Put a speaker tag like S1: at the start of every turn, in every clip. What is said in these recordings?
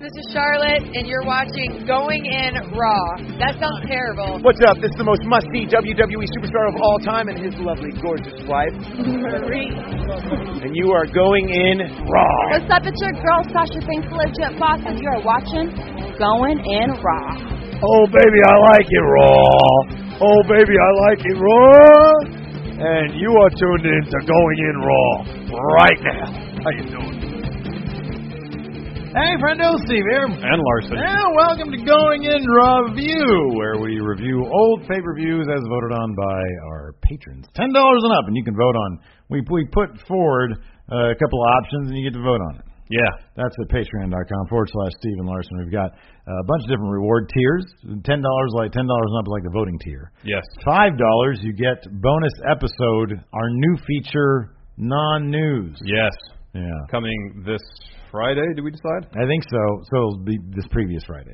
S1: This is Charlotte, and you're watching Going In Raw. That sounds terrible.
S2: What's up? This is the most must see WWE E superstar of all time and his lovely, gorgeous wife. and you are going in raw.
S3: What's up? It's your girl Sasha Banks, legit boss, and you are watching Going in Raw.
S2: Oh, baby, I like it raw. Oh, baby, I like it raw. And you are tuned in to Going In Raw right now. How you doing?
S4: Hey, friendo, Steve here.
S2: And Larson.
S4: And welcome to Going In Review, where we review old pay-per-views as voted on by our patrons. $10 and up, and you can vote on. We, we put forward uh, a couple of options, and you get to vote on it.
S2: Yeah.
S4: That's at patreon.com forward slash Steven Larson. We've got uh, a bunch of different reward tiers. $10 like $10 and up is like the voting tier.
S2: Yes.
S4: $5, you get bonus episode, our new feature, non-news.
S2: Yes.
S4: Yeah.
S2: Coming this Friday, did we decide?
S4: I think so. So it'll be this previous Friday.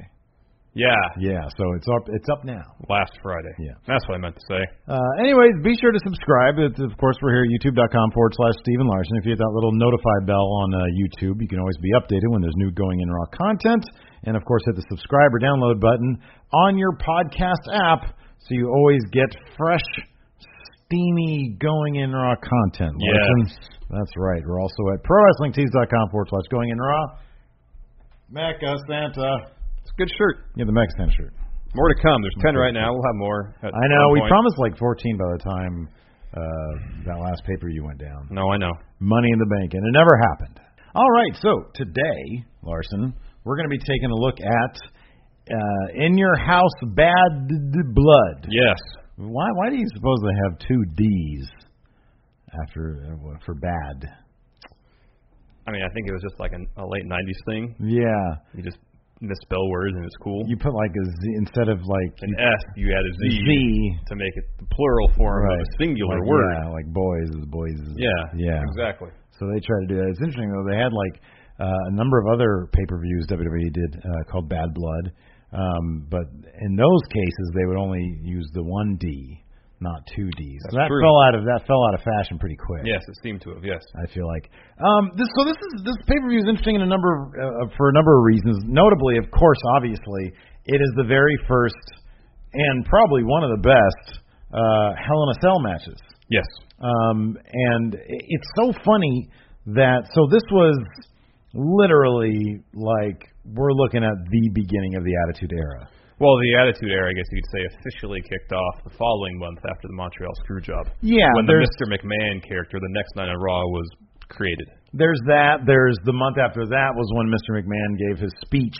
S2: Yeah.
S4: Yeah, so it's up it's up now.
S2: Last Friday.
S4: Yeah.
S2: That's what I meant to say.
S4: Uh, anyways, be sure to subscribe. It's, of course, we're here at youtube.com forward slash Stephen Larson. If you hit that little notify bell on uh, YouTube, you can always be updated when there's new Going In Raw content. And, of course, hit the subscribe or download button on your podcast app so you always get fresh, steamy Going In Raw content. Larson. That's right. We're also at prowrestlingtees.com forward slash Going In Raw. Mecca Santa.
S2: It's a good shirt.
S4: Yeah, the Mecca Santa shirt.
S2: More to come. There's 10 right now. We'll have more. at
S4: I know.
S2: some
S4: We
S2: point.
S4: promised like 14 by the time uh, that last paper you went down.
S2: No, I know.
S4: Money in the bank, and it never happened. All right, so today, Larson, we're going to be taking a look at uh, In Your House Bad D- D- Blood.
S2: Yes.
S4: Why, why do you suppose they have two D's after uh, for bad?
S2: I mean, I think it was just like an, a late 90s thing.
S4: Yeah.
S2: You just misspell words and it's cool.
S4: You put like a Z instead of like
S2: An S, you add a Z,
S4: Z.
S2: to make it the plural form of
S4: Right.
S2: a singular
S4: like,
S2: word.
S4: Yeah, like boys is boys. is-
S2: Yeah.
S4: Yeah.
S2: Exactly.
S4: So they try to do that. It's interesting though. They had like uh, a number of other pay-per-views WWE did uh, called Bad Blood, um, but in those cases they would only use the one D, not two Ds. so
S2: That's
S4: that
S2: true.
S4: fell out of that fell out of fashion pretty quick.
S2: Yes, it seemed to have. Yes.
S4: I feel like um, this. So this is this pay-per-view is interesting in a number of, uh, for a number of reasons. Notably, of course, obviously, it is the very first and probably one of the best uh, Hell in a Cell matches.
S2: Yes.
S4: Um, and i- it's so funny that so this was literally like we're looking at the beginning of the Attitude Era.
S2: Well, the Attitude Era, I guess you could say, officially kicked off the following month after the Montreal Screwjob.
S4: Yeah,
S2: When the
S4: there's
S2: Mr. McMahon character, the next night on Raw, was created.
S4: there's that. There's the month after that was when Mr. McMahon gave his speech,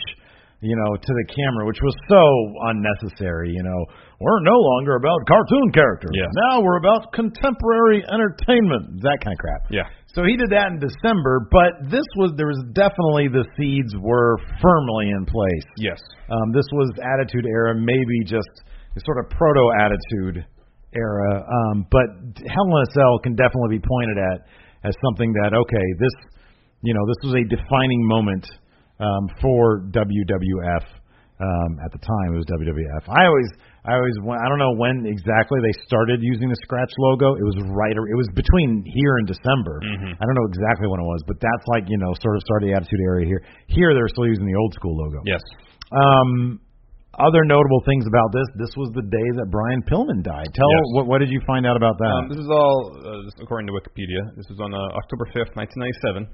S4: you know, to the camera, which was so unnecessary. You know, we're no longer about cartoon characters.
S2: Yeah.
S4: Now we're about contemporary entertainment. That kind of crap.
S2: Yeah.
S4: So he did that in December, but this was there was definitely the seeds were firmly in place.
S2: Yes.
S4: Um, this was Attitude Era, maybe just the sort of proto Attitude Era. Um, but Hell in a Cell can definitely be pointed at as something that okay, this you know this was a defining moment um, for WWF um, at the time. It was WWF. I always I always wa- I don't know when exactly they started using the scratch logo. It was right or it was between here and December. I don't know exactly when it was, but that's like you know sort of started the Attitude Era here. Here they're still using the old school logo.
S2: Yes.
S4: Um, other notable things about this: this was the day that Brian Pillman died. Tell
S2: Yes.
S4: what, what did you find out about that?
S2: Um, this is all uh, this, according to Wikipedia. This was on uh, October 5th, 1997.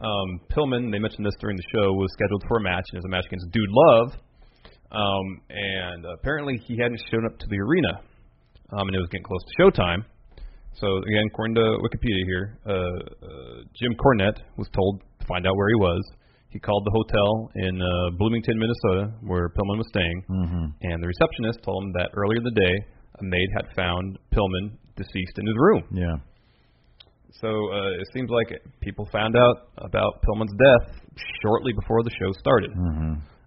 S2: Um, Pillman, they mentioned this during the show, was scheduled for a match. and It was a match against Dude Love, um, and apparently he hadn't shown up to the arena, um, and it was getting close to showtime. So again, according to Wikipedia here, uh, uh, Jim Cornette was told to find out where he was. He called the hotel in uh, Bloomington, Minnesota, where Pillman was staying, and the receptionist told him that earlier in the day, a maid had found Pillman deceased in his room.
S4: yeah,
S2: So uh, it seems like people found out about Pillman's death shortly before the show started.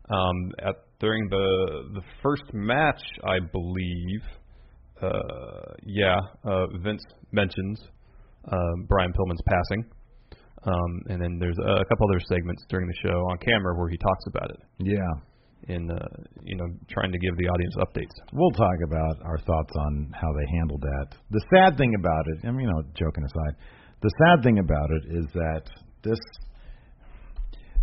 S2: Um, at, during the the first match, I believe, uh, yeah, uh, Vince mentions uh, Brian Pillman's passing, um, and then there's a, a couple other segments during the show on camera where he talks about it
S4: Yeah.
S2: in uh, you know trying to give the audience updates.
S4: We'll talk about our thoughts on how they handled that. The sad thing about it, I mean, you know, joking aside, the sad thing about it is that this.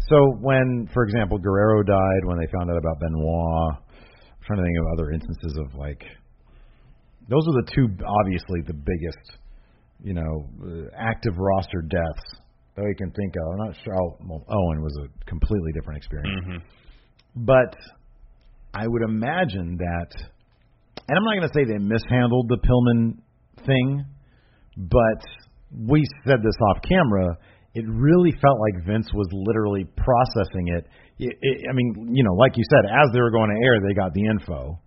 S4: So when, for example, Guerrero died, when they found out about Benoit, I'm trying to think of other instances of like. Those are the two, obviously, the biggest, you know, uh, active roster deaths that we can think of. I'm not sure. I'll, well, Owen was a completely different experience, but I would imagine that and I'm not going to say they mishandled the Pillman thing, but we said this off camera. It really felt like Vince was literally processing it. It, it. I mean, you know, like you said, as they were going to air, they got the info.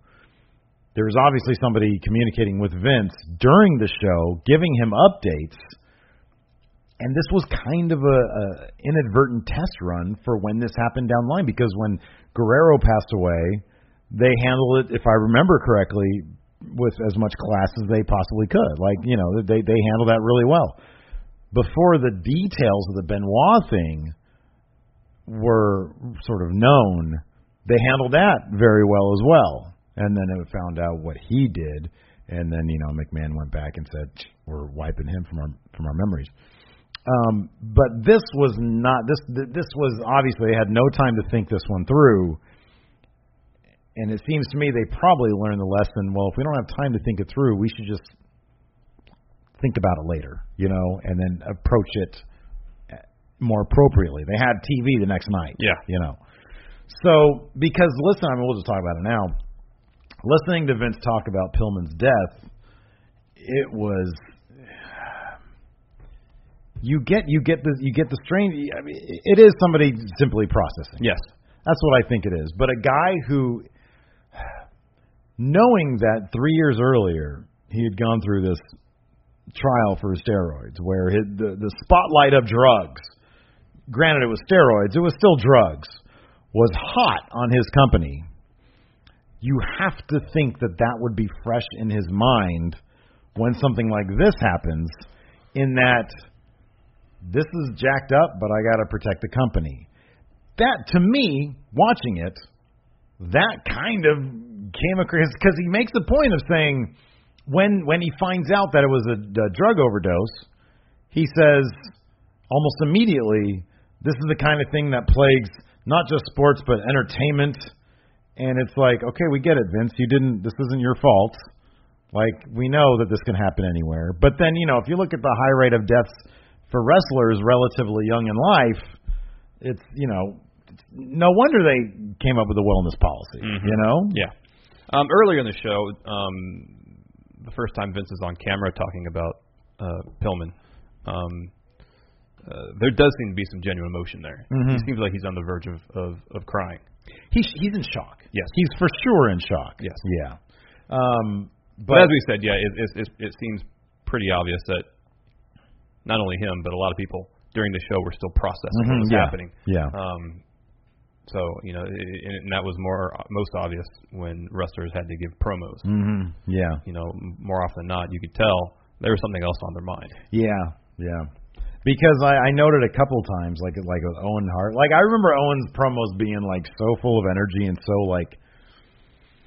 S4: There was obviously somebody communicating with Vince during the show, giving him updates. And this was kind of a, a inadvertent test run for when this happened down the line because when Guerrero passed away, they handled it, if I remember correctly, with as much class as they possibly could. Like you know, they they handled that really well. Before the details of the Benoit thing were sort of known, they handled that very well as well. And then it found out what he did, and then you know McMahon went back and said we're wiping him from our from our memories. Um, but this was not this. th- This was obviously they had no time to think this one through, and it seems to me they probably learned the lesson. Well, if we don't have time to think it through, we should just think about it later, you know, and then approach it uh, more appropriately. They had TV the next night,
S2: Yeah.
S4: you know. So because listen, I mean, we'll just talk about it now. Listening to Vince talk about Pillman's death, it was you get you get the you get the strain. I mean, it is somebody simply processing.
S2: Yes.
S4: that's what I think it is. But a guy who, knowing that three years earlier he had gone through this trial for steroids, where his, the the spotlight of drugs, granted it was steroids, it was still drugs, was hot on his company. You have to think that that would be fresh in his mind when something like this happens. In that this is jacked up, but I got to protect the company. That to me, watching it, that kind of came across because he makes the point of saying when when he finds out that it was a, a drug overdose, he says almost immediately, this is the kind of thing that plagues not just sports but entertainment. And it's like, okay, we get it, Vince. You didn't. This isn't your fault. Like we know that this can happen anywhere. But then you know, if you look at the high rate of deaths for wrestlers relatively young in life, it's you know, it's, no wonder they came up with a wellness policy. You know,
S2: Yeah. Um, earlier in the show, um, the first time Vince is on camera talking about uh, Pillman, um, uh, there does seem to be some genuine emotion there.
S4: Mm-hmm.
S2: He seems like he's on the verge of, of, of crying.
S4: he's he's in shock.
S2: Yes.
S4: he's for sure in shock.
S2: Yes.
S4: yeah. Um,
S2: But,
S4: but
S2: as we said, yeah, it, it, it, it seems pretty obvious that not only him, but a lot of people during the show were still processing
S4: Mhm,
S2: what was
S4: yeah,
S2: happening.
S4: yeah.
S2: Um, so you know, i i and that was more most obvious when wrestlers had to give promos.
S4: Mhm. yeah.
S2: you know, m- more often than not, you could tell there was something else on their mind.
S4: Yeah, yeah. Because I, I noted a couple times, like like with Owen Hart, like I remember Owen's promos being like so full of energy and so like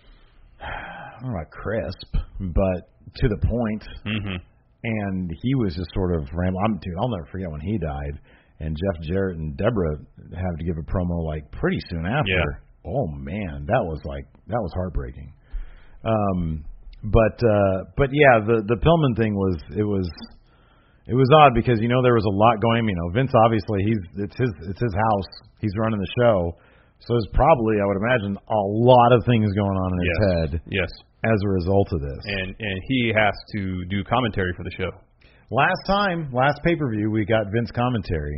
S4: I don't know about crisp, but to the point.
S2: Mm-hmm.
S4: And he was just sort of rambling. I'm, dude, I'll never forget when he died. And Jeff Jarrett and Deborah had to give a promo like pretty soon after.
S2: Yeah.
S4: Oh man, that was like that was heartbreaking. Um, but uh, but yeah, the the Pillman thing was it was it was odd because you know there was a lot going. You know, Vince obviously he's it's his it's his house. He's running the show, so there's probably I would imagine a lot of things going on in his head
S2: Yes,
S4: as a result of this.
S2: and and he has to do commentary for the show.
S4: last time, last pay per view, we got Vince commentary,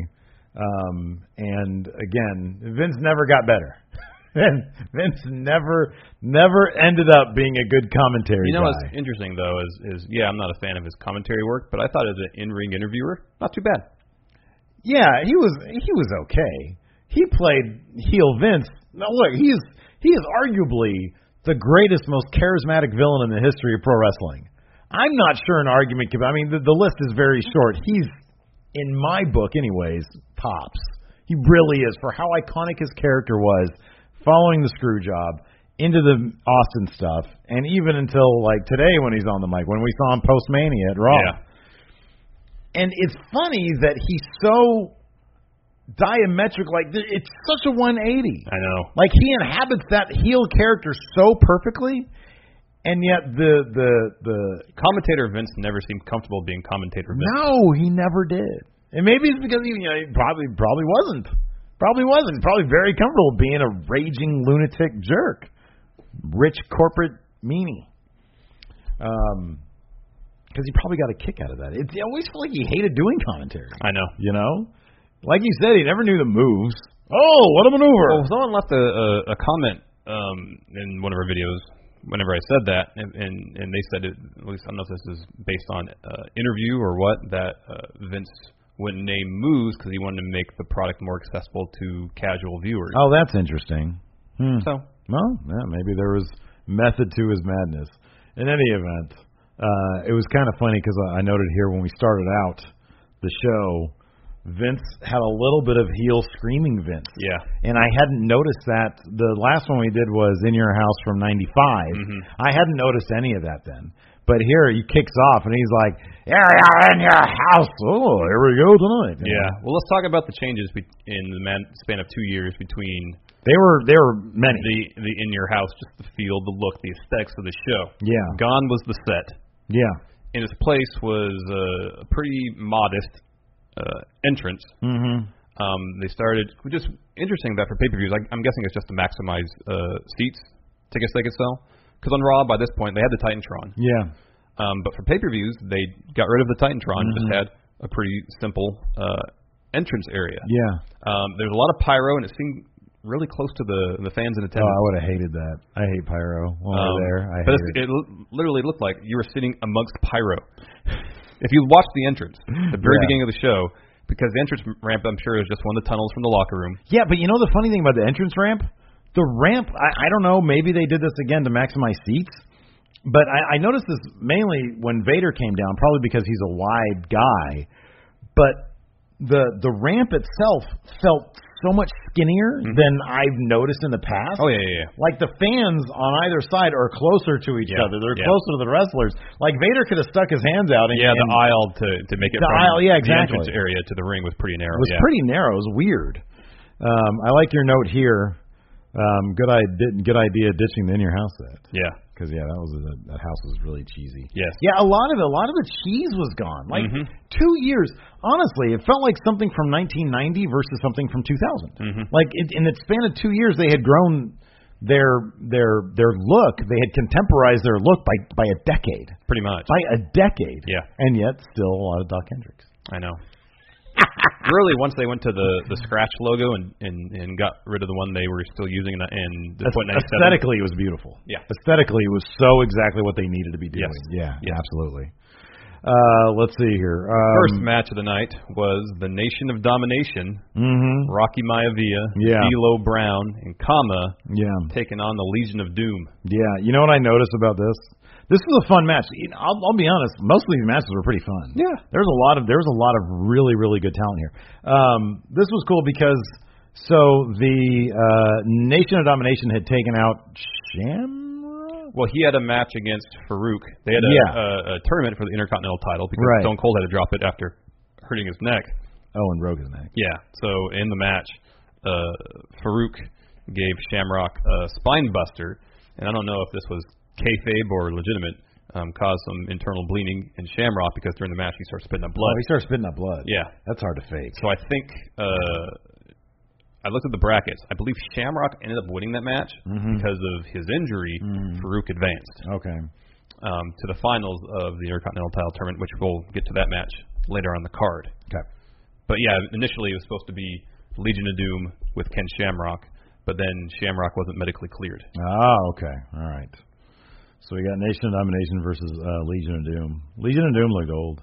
S4: um, and again, Vince never got better. Vince, Vince never never ended up being a good commentary
S2: You know
S4: guy.
S2: what's interesting though is is yeah, I'm not a fan of his commentary work, but I thought as an in-ring interviewer, not too bad.
S4: Yeah, he was he was okay. He played heel Vince. Now look, he is he is arguably the greatest, most charismatic villain in the history of pro wrestling. I'm not sure an argument can. I mean, the, the list is very short. He's in my book, anyways, tops. He really is for how iconic his character was, following the screw job into the Austin stuff, and even until like today when he's on the mic, when we saw him post Mania at Raw.
S2: Yeah.
S4: And it's funny that he's so diametric. Like th- it's such a 180.
S2: I know.
S4: Like he inhabits that heel character so perfectly, and yet the the the
S2: Commentator Vince never seemed comfortable being commentator Vince.
S4: no, he never did. And maybe it's because he, you know, he probably probably wasn't. Probably wasn't. Probably very comfortable being a raging lunatic jerk, rich corporate meanie. Um, because he probably got a kick out of that. It, I always feel like he hated doing commentary.
S2: I know.
S4: You know, like you said, he never knew the moves. Oh, what a maneuver!
S2: Well, someone left a, a, a comment um, in one of our videos whenever I said that, and and, and they said it, at least I don't know if this is based on uh, interview or what that uh, Vince wouldn't name moves because he wanted to make the product more accessible to casual viewers.
S4: Oh, that's interesting. Hmm.
S2: So
S4: Well, yeah, maybe there was method to his madness. In any event, uh, it was kind of funny because I I noted here when we started out the show, Vince had a little bit of heel screaming Vince.
S2: yeah,
S4: And I hadn't noticed that. The last one we did was In Your House from 95.
S2: Mm-hmm.
S4: I hadn't noticed any of that then. But here he kicks off and he's like, Yeah, yeah, in your house. Oh, here we go tonight. You know?
S2: yeah. Well, let's talk about the changes be- in the man- span of two years between
S4: They were, they were many.
S2: the the in your house, just the feel, the look, the aesthetics of the show.
S4: Yeah.
S2: Gone was the set.
S4: yeah.
S2: in its place was uh, a pretty modest uh, entrance.
S4: Mm-hmm.
S2: Um, they started just interesting that for pay-per-views. I, I'm guessing it's just to maximize uh, seats, tickets they could sell. Because on Raw by this point they had the Titantron,
S4: Yeah.
S2: um, but for pay-per-views they got rid of the Titantron and
S4: Mm-hmm.
S2: just had a pretty simple uh, entrance area.
S4: Yeah.
S2: Um, there's a lot of pyro and it seemed really close to the the fans in
S4: Oh, I
S2: attendance.
S4: would have hated that. I hate pyro. When
S2: Um,
S4: we're there, I
S2: but
S4: hate
S2: it's- it
S4: it.
S2: l- literally looked like you were sitting amongst pyro. if you watch the entrance, the very
S4: Yeah.
S2: beginning of the show, because the entrance ramp, I'm sure, is just one of the tunnels from the locker room.
S4: Yeah, but you know the funny thing about the entrance ramp? The ramp, I, I don't know, maybe they did this again to maximize seats. But I, I noticed this mainly when Vader came down, probably because he's a wide guy. But the the ramp itself felt so much skinnier than I've noticed in the past.
S2: Mm-hmm. Oh yeah, yeah, yeah.
S4: Like the fans on either side are closer to each
S2: Yeah,
S4: other. They're
S2: yeah.
S4: closer to the wrestlers. Like Vader could have stuck his hands out and
S2: Yeah, the
S4: and-
S2: aisle to to make it
S4: The
S2: from
S4: aisle, yeah,
S2: the entrance
S4: exactly.
S2: area to the ring was pretty narrow.
S4: It was
S2: yeah.
S4: pretty narrow. It was weird. Um, I like your note here. Um, good, I did good idea ditching the in your house set
S2: yeah.
S4: because yeah, that was that house was really cheesy.
S2: Yes.
S4: Yeah, a lot of it, a lot of the cheese was gone. Like
S2: Mhm.
S4: two years, honestly, it felt like something from 1990 versus something from 2000.
S2: Mm-hmm.
S4: Like it, in the span of two years, they had grown their their their look. They had contemporized their look by by a decade,
S2: Pretty much.
S4: by a decade.
S2: Yeah.
S4: and yet still a lot of Doc Hendricks.
S2: I know. really, once they went to the the scratch logo and and and got rid of the one they were still using in, the- in the
S4: Aes-
S2: point ninety seven.
S4: aesthetically, it was beautiful.
S2: Yeah.
S4: Aesthetically, it was so exactly what they needed to be doing.
S2: Yes.
S4: Yeah.
S2: Yes.
S4: Absolutely. Uh, let's see here. Um,
S2: First match of the night was the Nation of Domination
S4: mhm.
S2: Rocky Maivia,
S4: Yeah.
S2: D'Lo Brown, and Kama
S4: Yeah.
S2: taking on the Legion of Doom.
S4: Yeah. You know what I noticed about this? This was a fun match. You know, I'll, I'll be honest. Most of these matches were pretty fun.
S2: Yeah.
S4: There's a lot of there's a lot of really really good talent here. Um, this was cool because so the uh, Nation of Domination had taken out Shamrock.
S2: Well, he had a match against Farouk. They had a,
S4: Yeah.
S2: a, a tournament for the Intercontinental title because
S4: Right.
S2: Stone Cold had to drop it after hurting his neck.
S4: Oh, and Rogan's neck.
S2: Yeah. So in the match, uh, Farouk gave Shamrock a spine buster, and I don't know if this was kayfabe or legitimate. Um, caused some internal bleeding in Shamrock because during the match he starts spitting up blood.
S4: Oh, he started spitting up blood.
S2: Yeah.
S4: That's hard to fake.
S2: So I think uh, I looked at the brackets. I believe Shamrock ended up winning that match
S4: Mm-hmm.
S2: because of his injury. Farouk advanced
S4: Okay.
S2: um, to the finals of the Intercontinental Title Tournament, which we'll get to that match later on the card.
S4: Okay.
S2: But yeah, initially it was supposed to be Legion of Doom with Ken Shamrock, but then Shamrock wasn't medically cleared.
S4: Oh, okay. All right. So we got Nation of Domination versus uh, Legion of Doom. Legion of Doom looked old.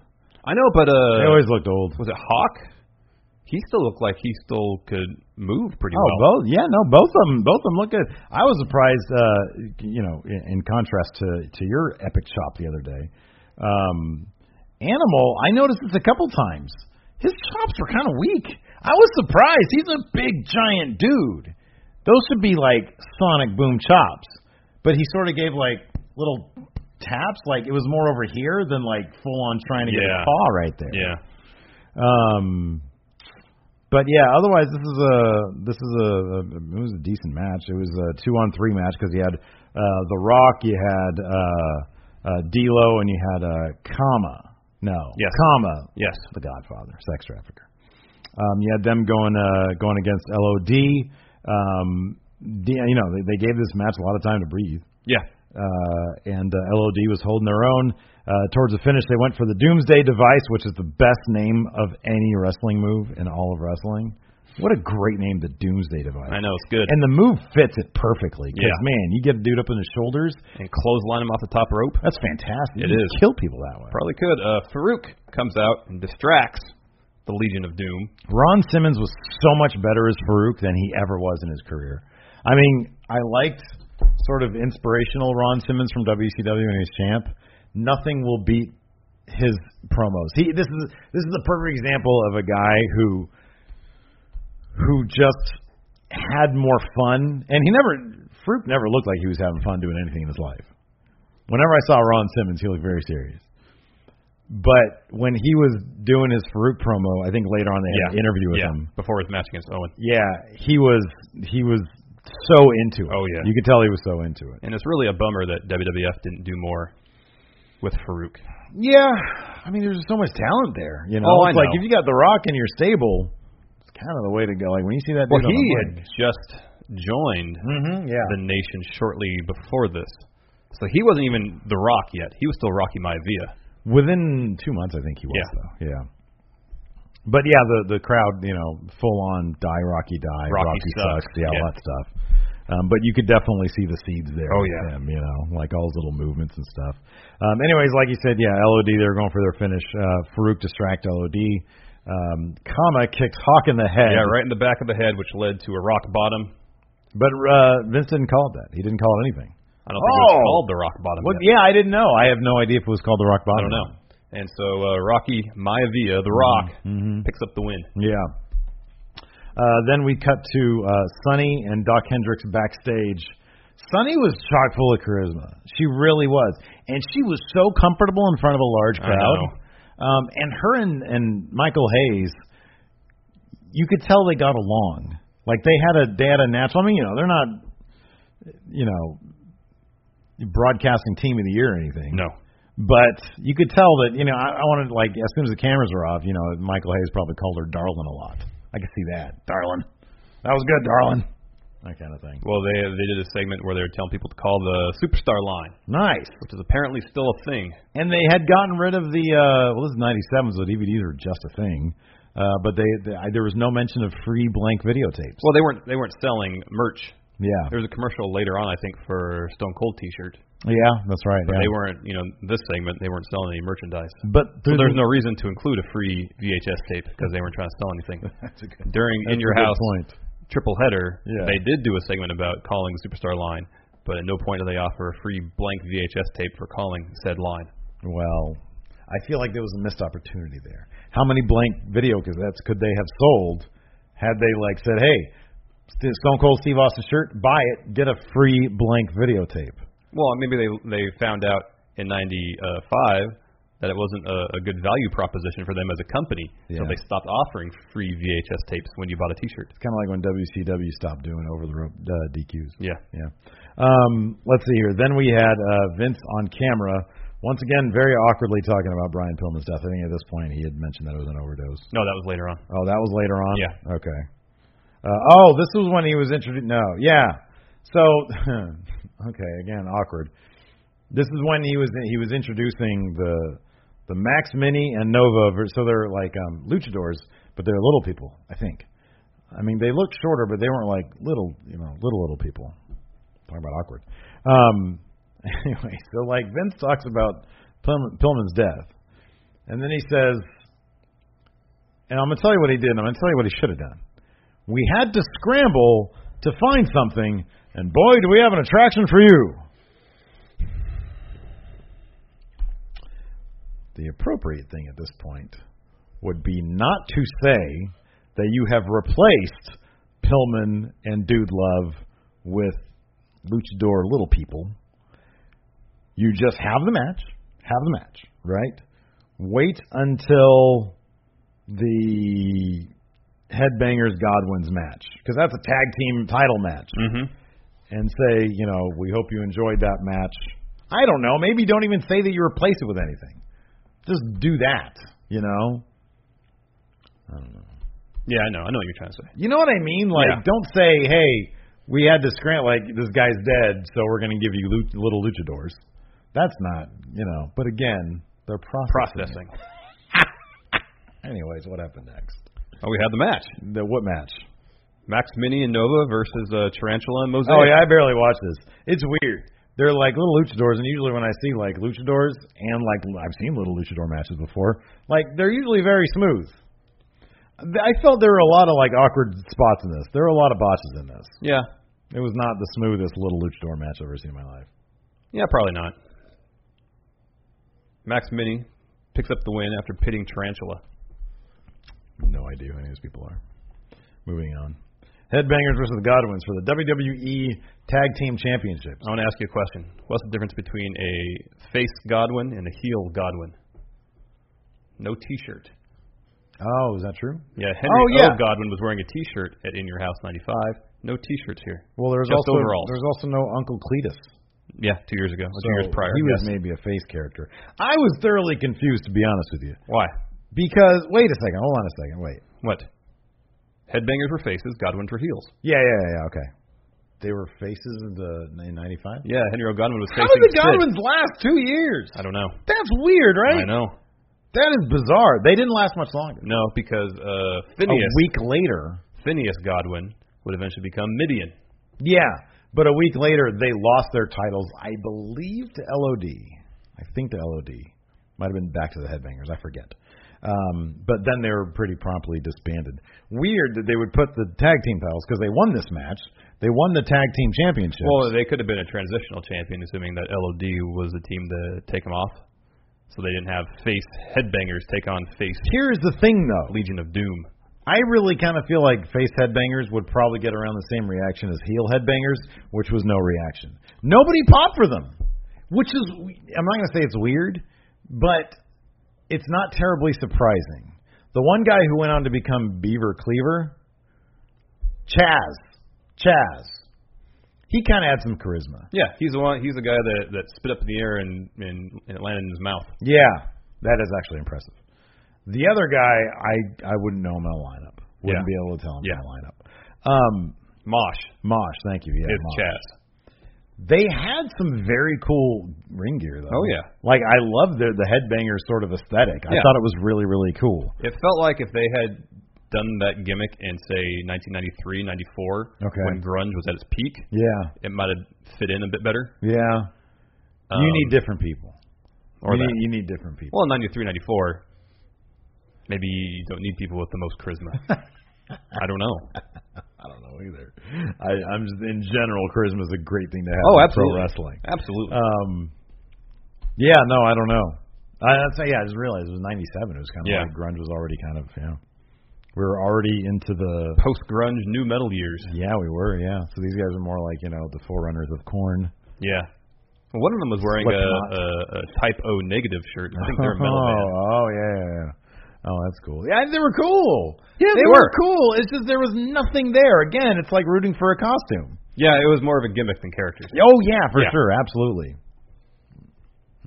S2: I know, but uh,
S4: They always looked old.
S2: was it Hawk? He still looked like he still could move pretty
S4: Oh,
S2: well.
S4: both. Yeah, no, both of them. Both of them look good. I was surprised, uh, you know, in, in contrast to to your epic chop the other day. Um, Animal, I noticed this a couple times. His chops were kind of weak. I was surprised. He's a big giant dude. Those should be like sonic boom chops, but he sort of gave like little taps. Like it was more over here than like full on trying to get
S2: Yeah.
S4: a paw right there.
S2: Yeah.
S4: Um, but yeah, otherwise this is a this is a, a it was a decent match. It was a two on three match because you had uh, The Rock, you had uh, uh, D'Lo, and you had uh, Kama. No,
S2: Yes.
S4: Kama,
S2: Yes.
S4: the Godfather, sex trafficker. Um, you had them going uh, going against LOD. Um, D- you know they, they gave this match a lot of time to breathe
S2: Yeah.
S4: uh, and uh, LOD was holding their own. Uh, towards the finish, they went for the Doomsday Device, which is the best name of any wrestling move in all of wrestling. What a great name, the Doomsday Device.
S2: I know it's good.
S4: And the move fits it perfectly. Because,
S2: Yeah.
S4: man, you get a dude up in his shoulders.
S2: and clothesline him off the top rope.
S4: That's
S2: It
S4: fantastic. you
S2: is.
S4: kill people that way.
S2: Probably could. Uh, Farouk comes out and distracts the Legion of Doom.
S4: Ron Simmons was so much better as Farouk than he ever was in his career. I mean, I liked sort of inspirational Ron Simmons from WCW and his champ. Nothing will beat his promos. He this is this is a perfect example of a guy who who just had more fun and he never Farouk never looked like he was having fun doing anything in his life. Whenever I saw Ron Simmons, he looked very serious. But when he was doing his Farouk promo, I think later on they had an interview with
S2: yeah.
S4: him.
S2: before his match against Owen.
S4: Yeah, he was he was so into it.
S2: Oh, yeah.
S4: you could tell he was so into it.
S2: And it's really a bummer that WWF didn't do more with Farouk.
S4: Yeah, I mean, there's so much talent there. You know,
S2: Oh, I
S4: it's like
S2: know.
S4: if you got The Rock in your stable, it's kind of the way to go. Like when you see that
S2: Well,
S4: dude
S2: he
S4: on
S2: had just joined
S4: mm-hmm, yeah,
S2: the Nation shortly before this, so he wasn't even The Rock yet. He was still Rocky Maivia.
S4: within two months, I think he was
S2: Yeah.
S4: though. Yeah. But yeah, the the crowd, you know, full on die Rocky die,
S2: Rocky
S4: sucks,
S2: sucks,
S4: yeah, all
S2: yeah.
S4: that stuff. Um, but you could definitely see the seeds there.
S2: Oh,
S4: with
S2: yeah.
S4: him, you know, like all his little movements and stuff. Um, anyways, like you said, yeah, LOD they were going for their finish. Uh, Farouk distract LOD. Um, Kama kicks Hawk in the head.
S2: Yeah, right in the back of the head, which led to a rock bottom.
S4: But uh, Vince didn't call it that. He didn't call it anything.
S2: I don't think it
S4: Oh.
S2: was called the rock bottom.
S4: Well,
S2: yet.
S4: yeah, I didn't know. I have no idea if it was called the
S2: I
S4: Rock Bottom.
S2: don't know. And so uh, Rocky Maivia,
S4: Hmm.
S2: The Rock, picks up the win.
S4: Yeah. Uh, then we cut to uh, Sonny and Doc Hendricks backstage. Sonny was chock full of charisma. She really was, and she was so comfortable in front of a large
S2: I
S4: crowd.
S2: know.
S4: Um, and her and, and Michael Hayes, you could tell they got along. Like they had a they had a natural. I mean, you know, they're not, you know, broadcasting team of the year or anything.
S2: No.
S4: But you could tell that, you know, I, I wanted like as soon as the cameras were off, you know, Michael Hayes probably called her darling a lot. I could see that. Darling. That was good, darling. That kind of thing.
S2: Well, they they did a segment where they were telling people to call the superstar line,
S4: Nice.
S2: which is apparently still a thing.
S4: And they had gotten rid of the uh well this is ninety seven, so DVDs were just a thing. Uh but they, they I, there was no mention of free blank videotapes.
S2: Well, they weren't they weren't selling merch.
S4: Yeah.
S2: There was a commercial later on, I think, for Stone Cold T-shirt,
S4: Yeah, that's right.
S2: but they
S4: yeah.
S2: weren't. You know, this segment they weren't selling any merchandise.
S4: but
S2: So
S4: through
S2: there's
S4: the-
S2: no reason to include a free VHS tape because they weren't trying to sell anything.
S4: that's a good,
S2: During
S4: that's
S2: in your
S4: a good
S2: house
S4: point.
S2: triple header,
S4: Yeah.
S2: they did do a segment about calling the superstar line, but at no point do they offer a free blank VHS tape for calling said line.
S4: Well, I feel like there was a missed opportunity there. How many blank video cassettes could they have sold had they like said, "Hey, St- Stone Cold Steve Austin shirt, buy it, get a free blank videotape."
S2: Well, maybe they they found out in '95 that it wasn't a, a good value proposition for them as a company,
S4: Yeah.
S2: so they stopped offering free VHS tapes when you bought a T-shirt.
S4: It's kind of like when WCW stopped doing over the rope uh, DQs.
S2: Yeah.
S4: Yeah. Um, let's see here. Then we had uh, Vince on camera once again, very awkwardly talking about Brian Pillman's death. I think at this point he had mentioned that it was an overdose.
S2: No, that was later on.
S4: Oh, that was later on.
S2: Yeah.
S4: Okay. Uh, oh, this was when he was introduced. No, yeah. So, okay, again, awkward. This is when he was he was introducing the the Max Mini and Nova. ver- So they're like um, luchadors, but they're little people, I think. I mean, they looked shorter, but they weren't like little, you know, little little people. Talking about awkward. Um, anyway, so like Vince talks about Pillman, Pillman's death, and then he says, and I'm gonna tell you what he did, and I'm gonna tell you what he should have done. We had to scramble to find something, and boy, do we have an attraction for you. The appropriate thing at this point would be not to say that you have replaced Pillman and Dude Love with luchador little people. You just have the match, have the match, right? Wait until the Headbangers Godwin's match because that's a tag team title match,
S2: Mm-hmm.
S4: and say, you know, we hope you enjoyed that match. I don't know, maybe don't even say that you replace it with anything. Just do that, you know.
S2: Yeah, I know. I know what you're trying to say.
S4: You know what I mean? Like,
S2: Yeah.
S4: don't say, "Hey, we had to scram like this guy's dead, so we're going to give you lu- little luchadors." That's not, you know. But again, they're processing.
S2: Processing.
S4: Anyways, what happened next?
S2: Oh, we had the match.
S4: The what match?
S2: Max Mini and Nova versus uh, Tarantula and Mosaic.
S4: Oh yeah, I barely watched this. It's weird. They're like little luchadors, and usually when I see like luchadors and like I've seen little luchador matches before, like they're usually very smooth. I felt there were a lot of like awkward spots in this. There were a lot of botches in this.
S2: Yeah.
S4: It was not the smoothest little luchador match I've ever seen in my life.
S2: Yeah, probably not. Max Mini picks up the win after pitting Tarantula.
S4: No idea who any of these people are. Moving on. Headbangers versus the Godwins for the WWE Tag Team Championships.
S2: I want to ask you a question. What's the difference between a face Godwin and a heel Godwin? No T-shirt.
S4: Oh, is that true?
S2: Yeah, Henry
S4: Oh, yeah.
S2: O. Godwin was wearing a T-shirt at In Your House '95. No T-shirts here.
S4: Well, there's
S2: Just
S4: also
S2: overalls.
S4: there's also no Uncle Cletus.
S2: Yeah, two years ago, or
S4: So
S2: two years prior.
S4: he was
S2: yes.
S4: maybe a face character. I was thoroughly confused, to be honest with you,
S2: Why?
S4: because wait a second, hold on a second, wait.
S2: What? Headbangers were faces. Godwins were heels.
S4: Yeah, yeah, yeah, yeah, okay. They were faces in the in '95.
S2: Yeah, Henry O. Godwin was
S4: How
S2: facing
S4: did the
S2: Sid.
S4: Godwins last two years?
S2: I don't know.
S4: That's weird, right?
S2: I know.
S4: That is bizarre. They didn't last much longer.
S2: No, because uh,
S4: A
S2: Phineas
S4: week later,
S2: Phineas Godwin would eventually become Midian.
S4: Yeah, but a week later they lost their titles, I believe, to LOD. I think to LOD. Might have been back to the Headbangers. I forget. Um, but then they were pretty promptly disbanded. Weird that they would put the tag team titles because they won this match. They won the tag team championship.
S2: Well, they could have been a transitional champion, assuming that LOD was the team to take him off. So they didn't have face headbangers take on face
S4: here's the thing, though.
S2: Legion of Doom.
S4: I really kind of feel like face headbangers would probably get around the same reaction as heel headbangers, which was no reaction. Nobody popped for them, which is I'm not going to say it's weird, but it's not terribly surprising. The one guy who went on to become Beaver Cleaver, Chaz, Chaz, he kind of had some charisma.
S2: Yeah, he's the one. He's the guy that that spit up in the air and and, and it landed in his mouth.
S4: Yeah, that is actually impressive. The other guy, I I wouldn't know him in a lineup. Wouldn't
S2: Yeah.
S4: be able to tell him in
S2: Yeah.
S4: a lineup. Um,
S2: Mosh
S4: Mosh, thank you. Yeah,
S2: is
S4: Mosh.
S2: Chaz.
S4: They had some very cool ring gear though.
S2: Oh, yeah.
S4: like I love the the headbanger sort of aesthetic. I
S2: Yeah.
S4: thought it was really really cool.
S2: It felt like if they had done that gimmick in say 1993, 94,
S4: Okay.
S2: when grunge was at its peak,
S4: Yeah,
S2: it might have fit in a bit better.
S4: yeah. you
S2: Um,
S4: need different people.
S2: or
S4: you,
S2: that.
S4: need, you need different people.
S2: Well, in 93, 94, maybe you don't need people with the most charisma. I don't know.
S4: I don't know either. I, I'm just in general, charisma is a great thing to have.
S2: Oh,
S4: in
S2: absolutely.
S4: Pro wrestling.
S2: Absolutely.
S4: Um, yeah, no, I don't know. I, that's yeah. I just realized it was '97. It was kind of
S2: Yeah.
S4: like grunge was already kind of yeah. We were already into the
S2: Post grunge new metal years.
S4: Yeah, we were. Yeah. So these guys are more like you know the forerunners of corn.
S2: Yeah. Well, one of them was wearing a,
S4: Slipknot.
S2: a, a type O negative shirt. I think they're a metal
S4: oh,
S2: band.
S4: oh, yeah, yeah, yeah. Oh, that's cool. Yeah, they were cool. Yeah,
S2: they
S4: were.
S2: were.
S4: cool. It's just there was nothing there. Again, it's like rooting for a costume.
S2: Yeah, it was more of a gimmick than character.
S4: Oh yeah, for
S2: Yeah.
S4: sure, absolutely.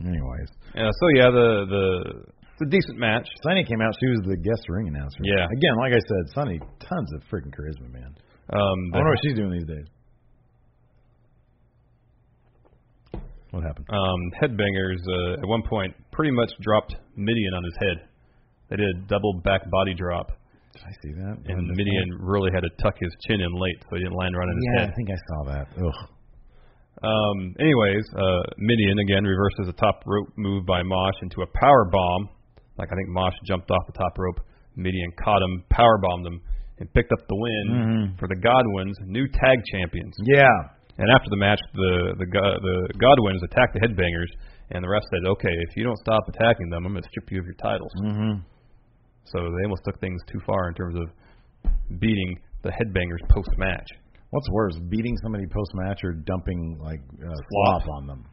S4: Anyways,
S2: Uh, so yeah, the the it's a decent match.
S4: Sunny came out. She was the guest ring announcer.
S2: Yeah.
S4: Again, like I said, Sunny, tons of freaking charisma, man.
S2: Um,
S4: I wonder what she's doing these days. What happened?
S2: um, headbangers uh, at one point pretty much dropped Midian on his head. They did a double back body drop.
S4: Did I see that?
S2: and Midian really had to tuck his chin in late so he didn't land right on his
S4: Yeah,
S2: head.
S4: I think I saw that. Ugh.
S2: Um, anyways, uh, Midian again reverses a top rope move by Mosh into a power bomb. Like I think Mosh jumped off the top rope. Midian caught him, power bombed him, and picked up the win for the Godwins, new tag champions.
S4: Yeah.
S2: And after the match, the the Go- the Godwins attacked the Headbangers, and the ref said, "Okay, if you don't stop attacking them, I'm going to strip you of your titles."
S4: Mm-hmm.
S2: So they almost took things too far in terms of beating the Headbangers post match.
S4: What's worse, beating somebody post match or dumping like uh,
S2: Slop.
S4: slop. on them?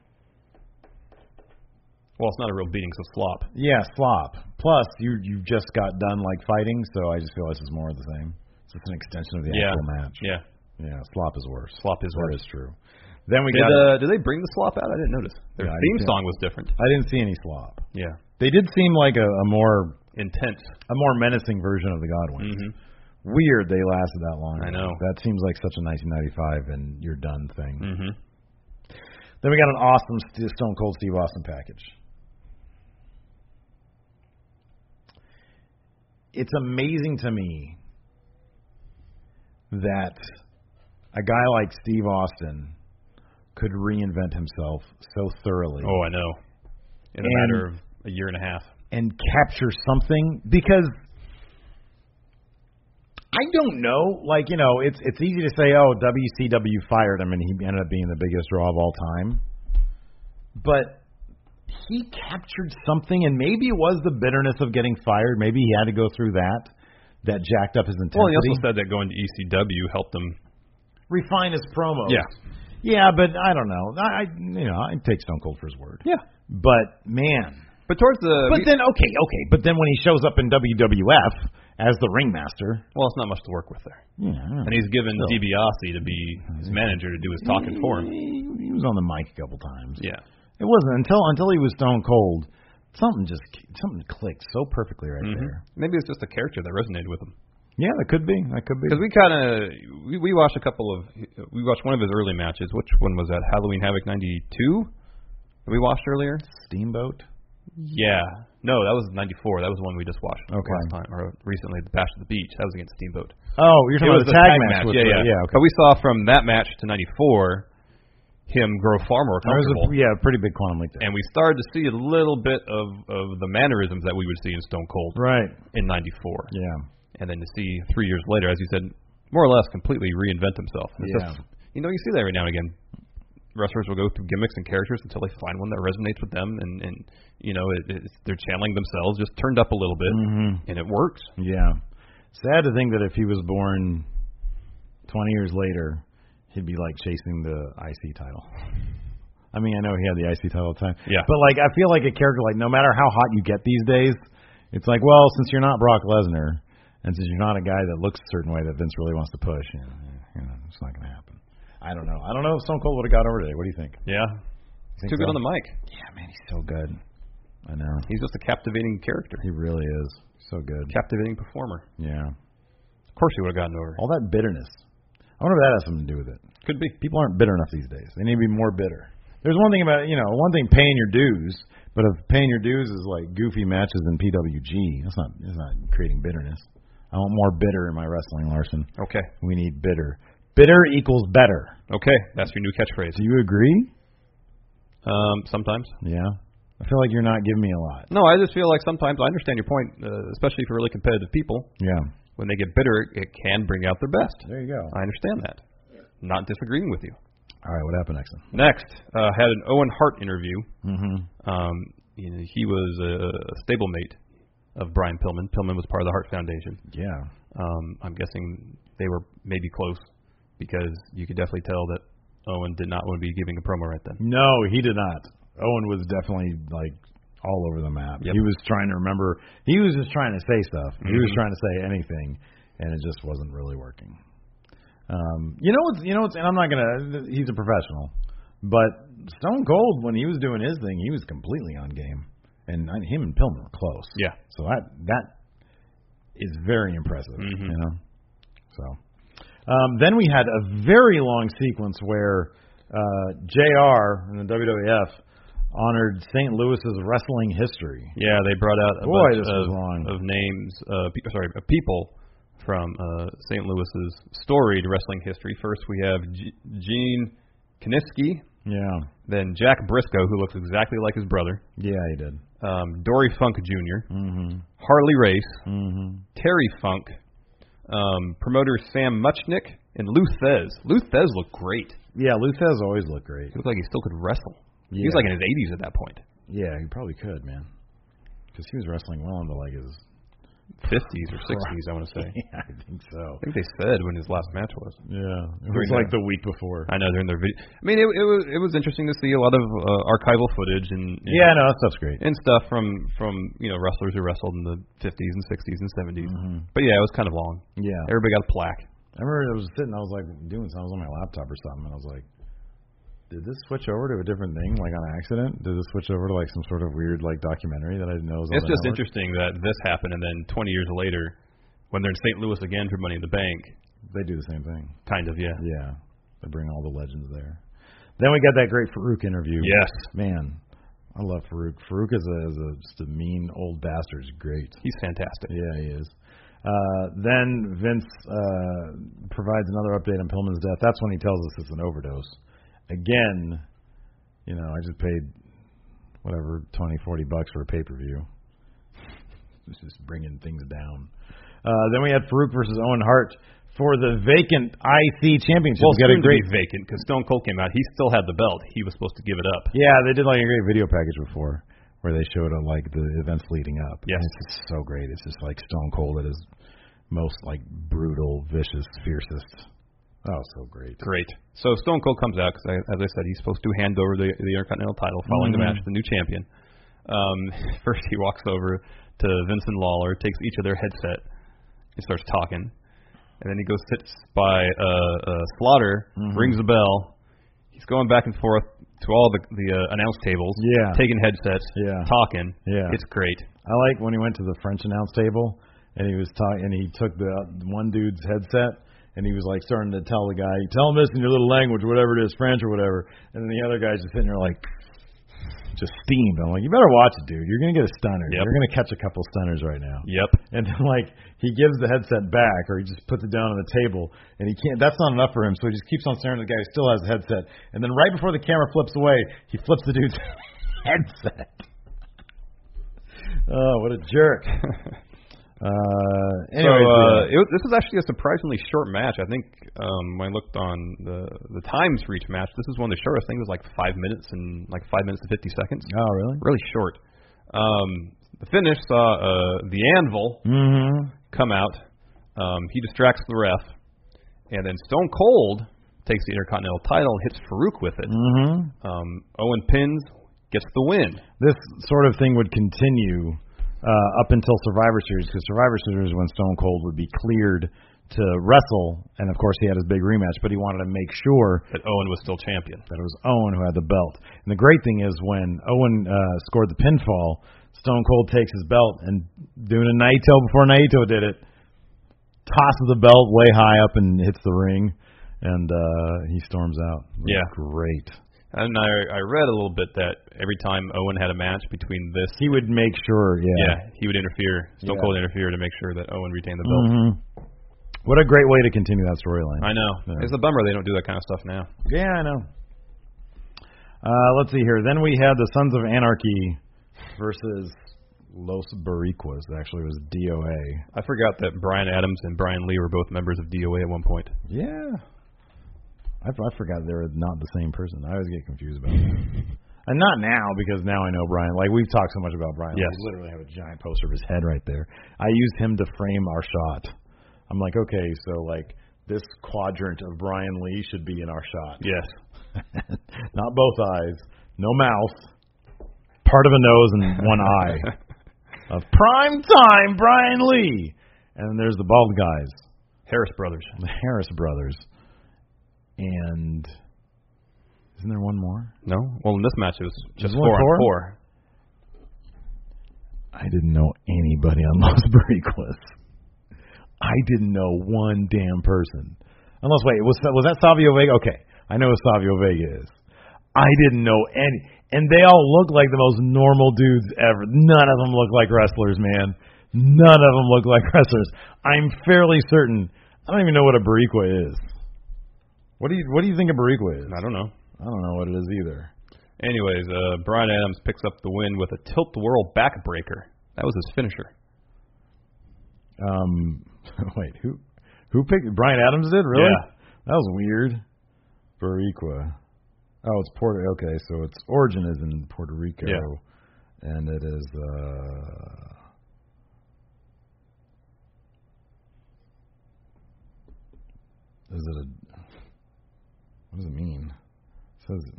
S2: Well, it's not a real beating, so slop.
S4: Yeah, slop. Plus, you you just got done like fighting, so I just feel this is more of the same. It's just an extension of the
S2: Yeah.
S4: actual match.
S2: Yeah.
S4: Yeah, slop is worse.
S2: Slop is
S4: That
S2: worse.
S4: is true. Then we
S2: Did,
S4: got.
S2: uh, did they bring the slop out? I didn't notice. Their
S4: Yeah, I
S2: theme
S4: didn't-
S2: song was different.
S4: I didn't see any slop.
S2: Yeah.
S4: They did seem like a, a more
S2: Intense.
S4: a more menacing version of the Godwins.
S2: Mhm.
S4: Weird they lasted that long.
S2: I know.
S4: That seems like such a 1995 and you're done thing.
S2: Mm-hmm.
S4: Then we got an awesome St- Stone Cold Steve Austin package. It's amazing to me that a guy like Steve Austin could reinvent himself so thoroughly
S2: Oh, I know. In a
S4: And-
S2: matter of a year and a half.
S4: and capture something because I don't know. Like you know, it's it's easy to say, oh, WCW fired him and he ended up being the biggest draw of all time, but he captured something, and maybe it was the bitterness of getting fired. Maybe he had to go through that that jacked up his intensity.
S2: Well, he also said that going to ECW helped them.
S4: refine his promos.
S2: Yeah.
S4: yeah, but I don't know. I, I you know I take Stone Cold for his word.
S2: Yeah.
S4: but man.
S2: But towards the.
S4: But then, okay, okay. But then when he shows up in WWF as the ringmaster,
S2: well, it's not much to work with there.
S4: yeah, I don't
S2: And
S4: know.
S2: he's given
S4: Still.
S2: DiBiase to be his manager to do his talking for him.
S4: He, he was on the mic a couple times.
S2: Yeah.
S4: It wasn't until until he was Stone Cold, something just something clicked so perfectly right
S2: Mm-hmm.
S4: there.
S2: Maybe it's just a character that resonated with him.
S4: Yeah, that could be. That could be.
S2: Because we kind of we, we watched a couple of we watched one of his early matches. Which one was that? Halloween Havoc '92 that we watched earlier.
S4: Steamboat.
S2: Yeah. No, that was '94. That was one we just watched
S4: Okay.
S2: last time or recently. The Bash at the Beach. That was against Steamboat.
S4: Oh, you're
S2: It
S4: talking
S2: was
S4: about the
S2: a
S4: tag, match. with-
S2: Yeah, yeah.
S4: yeah. Okay.
S2: But we saw from that match to '94 him grow far more
S4: There was
S2: comfortable.
S4: a, yeah, a pretty big quantum leap there.
S2: And we started to see a little bit of of the mannerisms that we would see in Stone Cold
S4: right.
S2: in '94.
S4: Yeah.
S2: and then to see three years later, as you said, more or less completely reinvent himself. It's
S4: Yeah.
S2: just- you know, you see that every now and again. Wrestlers will go through gimmicks and characters until they find one that resonates with them, and and you know it, it's, they're channeling themselves, just turned up a little bit,
S4: Mm-hmm.
S2: and it works.
S4: Yeah. Sad to think that if he was born 20 years later, he'd be like chasing the IC title. I mean, I know he had the IC title at the time.
S2: Yeah.
S4: But like, I feel like a character like no matter how hot you get these days, it's like, well, since you're not Brock Lesnar, and since you're not a guy that looks a certain way that Vince really wants to push, you know, you know it's not gonna happen. I don't know. I don't know if Stone Cold would have got over today. What do you think?
S2: Yeah,
S4: You
S2: too
S4: think
S2: good on
S4: so?
S2: the mic.
S4: Yeah, man, he's so good. I know.
S2: He's just a captivating character,
S4: He really is so good.
S2: captivating performer.
S4: Yeah.
S2: Of course, he would have gotten over.
S4: All that bitterness. I wonder if that has something to do with it.
S2: Could be.
S4: People aren't bitter enough these days. They need to be more bitter. There's one thing about you know one thing paying your dues, but if paying your dues is like goofy matches in PWG, that's not that's not creating bitterness. I want more bitter in my wrestling, Larson.
S2: Okay,
S4: We need bitter. Bitter equals better.
S2: okay, that's your new catchphrase.
S4: Do you agree?
S2: Um, sometimes.
S4: Yeah. I feel like you're not giving me a lot.
S2: No, I just feel like sometimes I understand your point, uh, especially for really competitive people.
S4: Yeah.
S2: When they get bitter, it, it can bring out their best.
S4: There you go.
S2: I understand that. Not disagreeing with you.
S4: All right. What happened next?
S2: Next, uh, had an Owen Hart interview.
S4: Mm-hmm.
S2: Um, you know, he was a, a stablemate of Brian Pillman. Pillman was part of the Hart Foundation.
S4: Yeah.
S2: Um, I'm guessing they were maybe close because you could definitely tell that Owen did not want to be giving a promo right then.
S4: No, he did not. Owen was definitely like all over the map.
S2: Yep.
S4: He was trying to remember. He was just trying to say stuff. He was
S2: Mhm.
S4: trying to say anything, and it just wasn't really working. Um, you know what's you know what's and I'm not gonna. He's a professional, but Stone Cold when he was doing his thing, he was completely on game, and I- him and Pillman were close.
S2: Yeah.
S4: So that that is very impressive.
S2: Mhm.
S4: You know. So um, then we had a very long sequence where uh, Jr. in the WWF honored St. Louis's wrestling history.
S2: Yeah, they brought out a
S4: Boy,
S2: bunch
S4: this
S2: of,
S4: was long.
S2: of names, uh, pe- sorry, of people from uh, St. Louis's storied wrestling history. First, we have G- Gene Kaniski,
S4: Yeah.
S2: then Jack Briscoe, who looks exactly like his brother,
S4: Yeah, he did.
S2: um, Dory Funk Jr.,
S4: Mhm.
S2: Harley Race,
S4: Mhm.
S2: Terry Funk, um, promoter Sam Muchnick, and Lou Thez. Lou Thez looked great.
S4: Yeah, Luthez always looked great.
S2: He looked like he still could wrestle.
S4: Yeah.
S2: He was like in his 80s at that point.
S4: Yeah, he probably could, man. Because he was wrestling well into like his.
S2: 50s or 60s, I want to say. I
S4: Yeah, I think so.
S2: think they said when his last match was.
S4: Yeah, it
S2: During
S4: was
S2: the-
S4: like the week before.
S2: I know they're in their video. I mean, it, it was it was interesting to see a lot of uh, archival footage and, and
S4: Yeah, no, that stuff's great.
S2: and stuff from from you know wrestlers who wrestled in the 50s and 60s and 70s. But yeah, it was kind of long.
S4: Mm-hmm. Yeah,
S2: Everybody got a plaque.
S4: I remember I was sitting, I was like doing something, I was on my laptop or something, and I was like, did this switch over to a different thing, like on accident? Did this switch over to like some sort of weird like documentary that I didn't know was on
S2: it's
S4: the
S2: just
S4: network?
S2: interesting that this happened, and then 20 years later, when they're in St. Louis again for Money in the Bank,
S4: They do the same thing.
S2: kind of yeah.
S4: Yeah, they bring all the legends there. Then we got that great Farouk interview.
S2: Yes.
S4: man, I love Farouk. Farouk is a, is a just a mean old bastard. He's great.
S2: He's fantastic.
S4: Yeah, he is. Uh, then Vince uh, provides another update on Pillman's death. That's when he tells us it's an overdose. Again, you know, I just paid whatever twenty, forty bucks for a pay per view. This is bringing things down. Uh, then we had Farouk versus Owen Hart for the vacant IC championship.
S2: Well,
S4: We got a great
S2: vacant because Stone Cold came out. He still had the belt. He was supposed to give it up.
S4: Yeah, they did like a great video package before where they showed uh, like the events leading up.
S2: Yes.
S4: And it's just so great. It's just like Stone Cold at his most like brutal, vicious, fiercest. Oh, so great.
S2: Great. So Stone Cold comes out because, as I said, he's supposed to hand over the, the Intercontinental title following
S4: Mhm.
S2: the match, to the new champion. Um, first, he walks over to Vincent Lawler, takes each of their headset, and starts talking. And then he goes sits by uh, uh, Slaughter,
S4: Mm-hmm.
S2: rings the bell. He's going back and forth to all the the uh, announce tables,
S4: Yeah.
S2: taking headsets,
S4: Yeah.
S2: talking.
S4: Yeah.
S2: It's great.
S4: I like when he went to the French announce table and he was talking and he took the uh, one dude's headset and he was like starting to tell the guy, tell him this in your little language, whatever it is, French or whatever. And then the other guy's just sitting there like, just steamed. I'm like, you better watch it, dude. You're gonna get a stunner.
S2: Yep.
S4: You're gonna catch a couple stunners right now.
S2: Yep.
S4: And then like he gives the headset back or he just puts it down on the table and he can't that's not enough for him, so he just keeps on staring at the guy who still has the headset. And then right before the camera flips away, he flips the dude's headset. Oh, what a jerk. uh
S2: so
S4: anyways, yeah.
S2: uh, it was, this was actually a surprisingly short match. I think um, when I looked on the the times for each match, this is one of the shortest. I think it was like five minutes and like five minutes and fifty seconds.
S4: Oh really?
S2: Really short. Um, the finish saw uh, the Anvil
S4: Mm-hmm.
S2: come out. Um, he distracts the ref, and then Stone Cold takes the Intercontinental title, hits Farouk with it.
S4: Mm-hmm.
S2: Um, Owen pins, gets the win.
S4: this sort of thing would continue uh, up until Survivor Series because Survivor Series is when Stone Cold would be cleared to wrestle, and of course he had his big rematch, but he wanted to make sure
S2: But Owen was still champion.
S4: that it was Owen who had the belt. And the great thing is when Owen uh, scored the pinfall, Stone Cold takes his belt and doing a Naito before Naito did it, tosses the belt way high up and hits the ring, and uh, he storms out. It was
S2: Yeah.
S4: great.
S2: And I, I read a little bit that every time Owen had a match between this
S4: He would make sure,
S2: Yeah, he would interfere. Stone
S4: Yeah.
S2: Cold interfere to make sure that Owen retained the belt.
S4: hmm What a great way to continue that storyline.
S2: I know.
S4: Yeah.
S2: It's a bummer they don't do that kind of stuff now.
S4: Yeah, I know. Uh, let's see here. Then we had the Sons of Anarchy versus Los Bariquas. Actually, it was DOA.
S2: I forgot that Brian Adams and Brian Lee were both members of DOA at one point.
S4: Yeah. I, I forgot they were not the same person. I always get confused about that. And not now because now I know Brian. Like we've talked so much about Brian.
S2: Yes.
S4: We literally have a giant poster of his head right there. I used him to frame our shot. I'm like, okay, so like this quadrant of Brian Lee should be in our shot.
S2: Yes.
S4: not both eyes, no mouth, part of a nose and one eye. Of prime time, Brian Lee. And then there's the bald guys,
S2: Harris Brothers.
S4: the Harris brothers, and isn't there one more?
S2: No? Well, in this match, it was just
S4: There's only
S2: four on
S4: four?
S2: four.
S4: I didn't know anybody on Los Barriquas. I didn't know one damn person. Unless wait, was that, was that Savio Vega? Okay, I know who Savio Vega is. I didn't know any, and they all look like the most normal dudes ever. None of them look like wrestlers, man. None of them look like wrestlers. I'm fairly certain. I don't even know what a Boricua is. What do you What do you think a Boricua is?
S2: I don't know.
S4: I don't know what it is either.
S2: Anyways, uh, Brian Adams picks up the win with a tilt the world backbreaker. That was his finisher.
S4: Um, wait, who who picked Brian Adams? Did really?
S2: Yeah.
S4: That was weird. Boricua. Oh, it's Puerto. Okay, so its origin is in Puerto Rico,
S2: Yeah.
S4: and it is. uh Is it a? What does it mean? It says.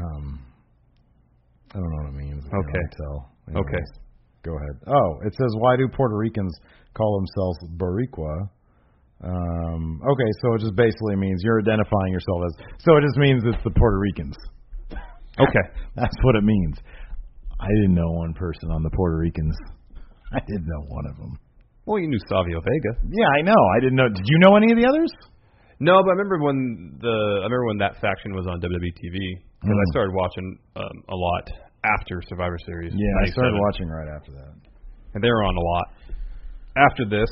S4: Um. I don't know what it means. I can't
S2: Okay.
S4: really tell.
S2: Okay.
S4: Anyways, Go ahead. Oh, it says why do Puerto Ricans call themselves Boricua? Um, okay, so it just basically means you're identifying yourself as. So it just means it's the Puerto Ricans.
S2: Okay.
S4: That's what it means. I didn't know one person on the Puerto Ricans. I didn't know one of them.
S2: Well, you knew Savio Vega.
S4: Yeah, I know. I didn't know. Did you know any of the others?
S2: No, but I remember when the I remember when that faction was on E WWE TV because I
S4: Mm.
S2: started watching um, a lot after Survivor Series.
S4: Yeah, I started
S2: 97,
S4: watching right after that.
S2: and they were on a lot. After this,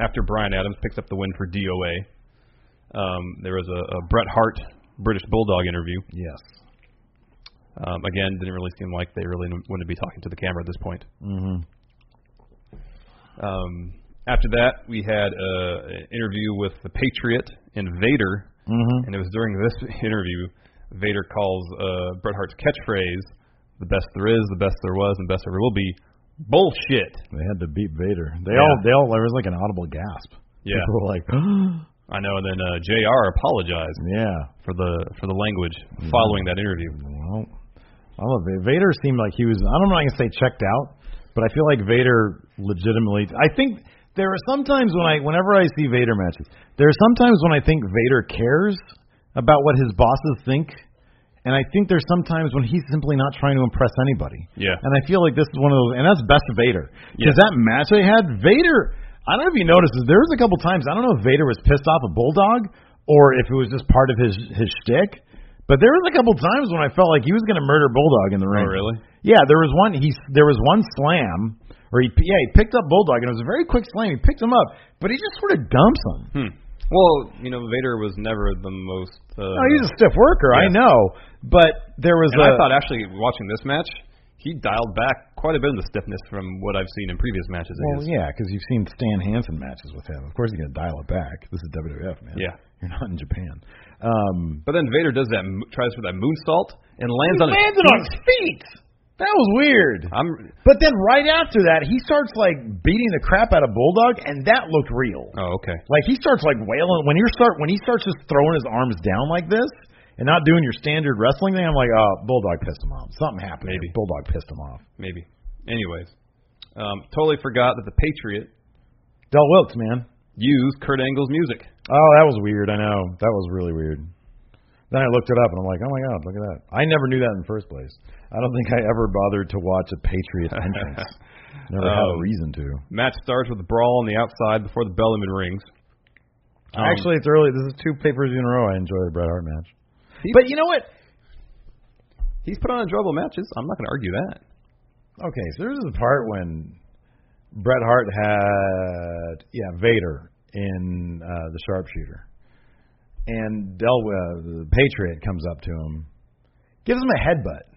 S2: after Brian Adams picks up the win for DOA, um, there was a, a Bret Hart British Bulldog interview.
S4: Yes.
S2: Um, again, didn't really seem like they really wanted to be talking to the camera at this point.
S4: Mm-hmm.
S2: Um, after that, we had uh, an interview with the Patriot and Vader,
S4: Mm-hmm.
S2: and it was during this interview Vader calls uh, Bret Hart's catchphrase "the best there is, the best there was, and best there will be." Bullshit.
S4: They had to beat Vader. They
S2: Yeah.
S4: all. They all. There was like an audible gasp.
S2: Yeah,
S4: People were like,
S2: I know. And then uh, Jr. apologized
S4: yeah.
S2: for the for the language
S4: Mm-hmm.
S2: following that interview.
S4: Well, I don't know. Vader seemed like he was. I don't know. if I can say checked out, but I feel like Vader legitimately. I think there are sometimes when I, whenever I see Vader matches, there are sometimes when I think Vader cares about what his bosses think, and I think there's sometimes when he's simply not trying to impress anybody.
S2: Yeah.
S4: And I feel like this is one of those, and that's best Vader. Because
S2: Yeah.
S4: that match they had, Vader. I don't know if you noticed, there was a couple times. I don't know if Vader was pissed off at Bulldog or if it was just part of his his shtick. But there was a couple times when I felt like he was going to murder Bulldog in the ring.
S2: Oh, really?
S4: Yeah, there was one. He there was one slam, or he yeah he picked up Bulldog and it was a very quick slam. He picked him up, but he just sort of dumps him.
S2: Hmm. Well, you know, Vader was never the most. Uh,
S4: No, he's a stiff worker, I
S2: Yeah.
S4: know. But there was
S2: and I
S4: a
S2: thought actually watching this match, he dialed back quite a bit of the stiffness from what I've seen in previous matches. of
S4: well,
S2: his.
S4: yeah, because you've seen Stan Hansen matches with him. Of course, he's going to dial it back. This is WWF, man.
S2: Yeah.
S4: you're not in Japan. Um,
S2: But then Vader does that, mo- tries for that moonsault, and lands
S4: he
S2: on
S4: landed
S2: his
S4: on his feet. That was weird.
S2: I'm
S4: But then right after that, he starts like beating the crap out of Bulldog, and that looked real.
S2: oh okay.
S4: Like he starts like wailing when you start when he starts just throwing his arms down like this and not doing your standard wrestling thing. I'm like, oh, Bulldog pissed him off. Something happened. here.
S2: Maybe.
S4: Bulldog pissed him off.
S2: Maybe. Anyways, um, totally forgot that the Patriot
S4: Del Wilkes, man.
S2: used Kurt Angle's music.
S4: Oh, that was weird. I know that was really weird. Then I looked it up and I'm like, oh my god, look at that. I never knew that in the first place. I don't think I ever bothered to watch a Patriot entrance. never had a
S2: Um,
S4: reason to.
S2: Match starts with a brawl on the outside before the bell even rings. Um,
S4: Actually, it's early. This is two papers in a row. I enjoy the Bret Hart match. But you know what?
S2: he's put on enjoyable matches. I'm not going to argue that.
S4: Okay, so there's a part when Bret Hart had yeah Vader in uh, the Sharpshooter, and Del uh, the Patriot comes up to him, gives him a headbutt.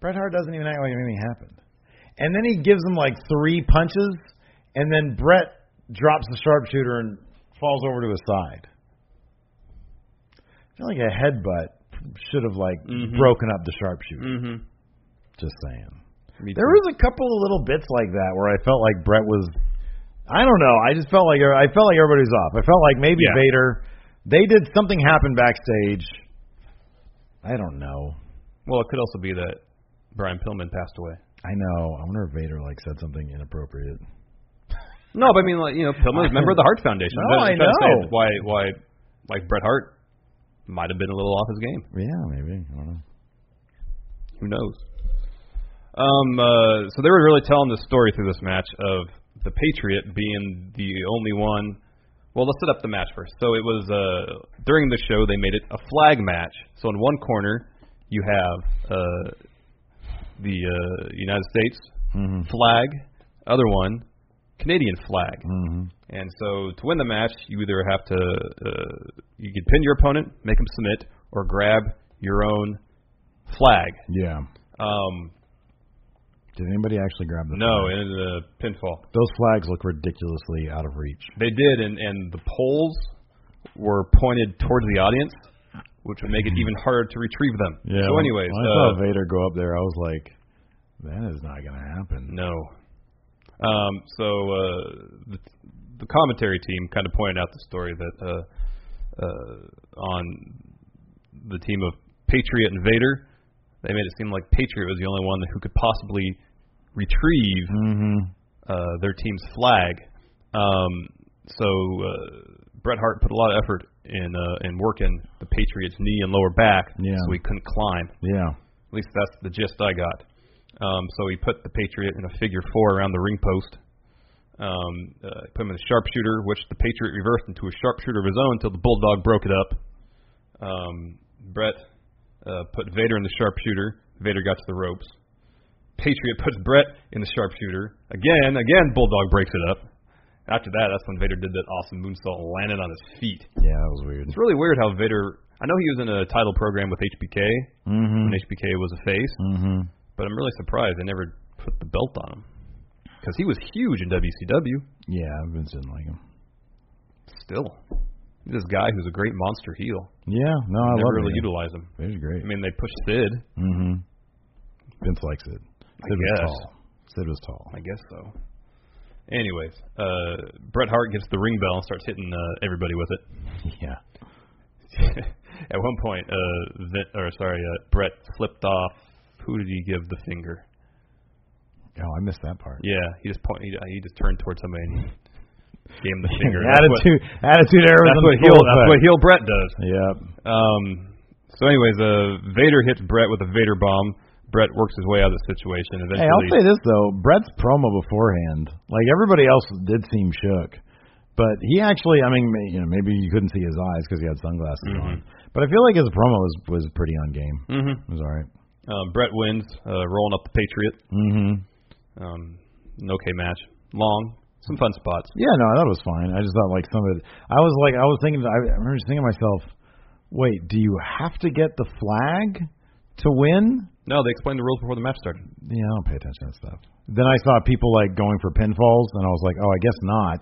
S4: Bret Hart doesn't even act like anything happened, and then he gives him like three punches, and then Bret drops the Sharpshooter and falls over to his side. I feel like a headbutt should have like
S2: Mhm.
S4: broken up the Sharpshooter.
S2: Mm-hmm.
S4: Just saying.
S2: Me
S4: There
S2: too.
S4: was a couple of little bits like that where I felt like Brett was. I don't know. I just felt like I felt like everybody was off. I felt like maybe
S2: Yeah.
S4: Vader. They did something happen backstage. I don't know.
S2: well, it could also be that Brian Pillman passed away.
S4: I know. I wonder if Vader like said something inappropriate.
S2: No, but I mean, like you know, Pillman's a member of the Hart Foundation.
S4: No,
S2: I'm
S4: I
S2: trying to say
S4: know.
S2: it's why, why, like Bret Hart might have been a little off his game.
S4: Yeah, maybe. I don't know.
S2: Who knows? Um, uh, so they were really telling the story through this match of the Patriot being the only one. Well, let's set up the match first. So it was uh, during the show they made it a flag match. So in one corner you have uh, the uh, United States flag, other one, Canadian flag.
S4: Mm-hmm.
S2: And so to win the match, you either have to uh, you can pin your opponent, make him submit, or grab your own flag.
S4: Yeah.
S2: Um,
S4: Did anybody actually grab the?
S2: no,
S4: flag?
S2: it is a pinfall.
S4: Those flags look ridiculously out of reach.
S2: They did, and and the poles were pointed towards the audience, which would make it even harder to retrieve them. So,
S4: when-
S2: anyways,
S4: when I
S2: uh,
S4: saw Vader go up there, I was like, that is not going to happen.
S2: No. Um, so uh, the, the commentary team kind of pointed out the story that uh, uh, on the team of Patriot and Vader, they made it seem like Patriot was the only one who could possibly retrieve
S4: Mm-hmm.
S2: uh, their team's flag. Um, so uh, Bret Hart put a lot of effort in uh, in working the Patriots' knee and lower back,
S4: Yeah.
S2: so he couldn't climb.
S4: Yeah.
S2: At least that's the gist I got. Um, so he put the Patriot in a figure four around the ring post. Um, uh, put him in a sharpshooter, which the Patriot reversed into a sharpshooter of his own until the Bulldog broke it up. Um, Brett uh, put Vader in the sharpshooter. Vader got to the ropes. Patriot puts Brett in the sharpshooter. Again, again, Bulldog breaks it up. After that, that's when Vader did that awesome moonsault and landed on his feet.
S4: Yeah, that was weird.
S2: It's really weird how Vader. I know he was in a title program with HBK
S4: Mm-hmm.
S2: when HBK was a face,
S4: Mm-hmm.
S2: but I'm really surprised they never put the belt on him because he was huge in WCW.
S4: Yeah, Vince didn't like him.
S2: Still, he's this guy who's a great monster heel.
S4: Yeah, no, I
S2: never
S4: love
S2: really
S4: Vader.
S2: utilize him.
S4: Vader's great.
S2: I mean, they pushed Sid.
S4: Mm-hmm. Vince likes it. Sid was
S2: guess.
S4: tall. Sid was tall.
S2: I guess so. Anyways, uh, Bret Hart gets the ring bell and starts hitting uh, everybody with it.
S4: Yeah.
S2: At one point, uh, Vin, or sorry, uh, Bret slipped off. Who did he give the finger?
S4: Oh, I missed that part.
S2: Yeah, he just point, he, he just turned towards somebody and gave him the finger. That's what-
S4: attitude, attitude error.
S2: That's what, heel, that's what heel Brett does.
S4: Yep.
S2: Um, so, anyways, uh, Vader hits Brett with a Vader bomb. Brett works his way out of the situation. Eventually,
S4: Hey, I'll say this though, Brett's promo beforehand, like everybody else did seem shook, but he actually, I mean, may- you know, maybe you couldn't see his eyes because he had sunglasses
S2: Mm-hmm.
S4: on, but I feel like his promo was was pretty on game.
S2: Mhm.
S4: It was all right.
S2: um, Brett wins, uh, rolling up the Patriot.
S4: Mm-hmm.
S2: Um, an okay match, long, some fun spots.
S4: Yeah, no, that was fine. I just thought like some of it. I was like, I was thinking, I I remember just thinking to myself, wait, do you have to get the flag to win?
S2: No, they explained the rules before the match started.
S4: Yeah, I don't pay attention to that stuff. Then I saw people like going for pinfalls, and I was like, oh, I guess not.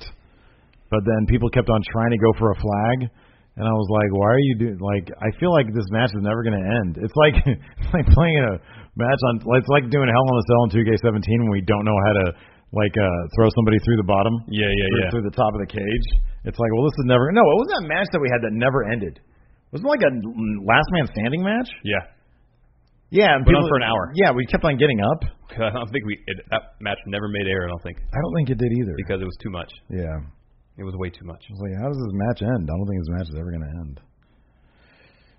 S4: But then people kept on trying to go for a flag, and I was like, why are you doing? Like, I feel like this match is never going to end. It's like it's like playing a match on. It's like doing Hell in a Cell in 2K17 when we don't know how to like uh throw somebody through the bottom.
S2: Yeah, yeah,
S4: through,
S2: yeah.
S4: Through the top of the cage. It's like, well, this is never. No, it wasn't that match that we had that never ended. Wasn't it like a last man standing match?
S2: Yeah,
S4: Yeah, and
S2: Went on
S4: people-
S2: for an hour.
S4: Yeah, we kept on getting up.
S2: I don't think we it, that match never made air. I don't think
S4: I don't think it did either.
S2: because it was too much.
S4: Yeah.
S2: It was way too much.
S4: I was like, how does this match end? I don't think this match is ever going to end.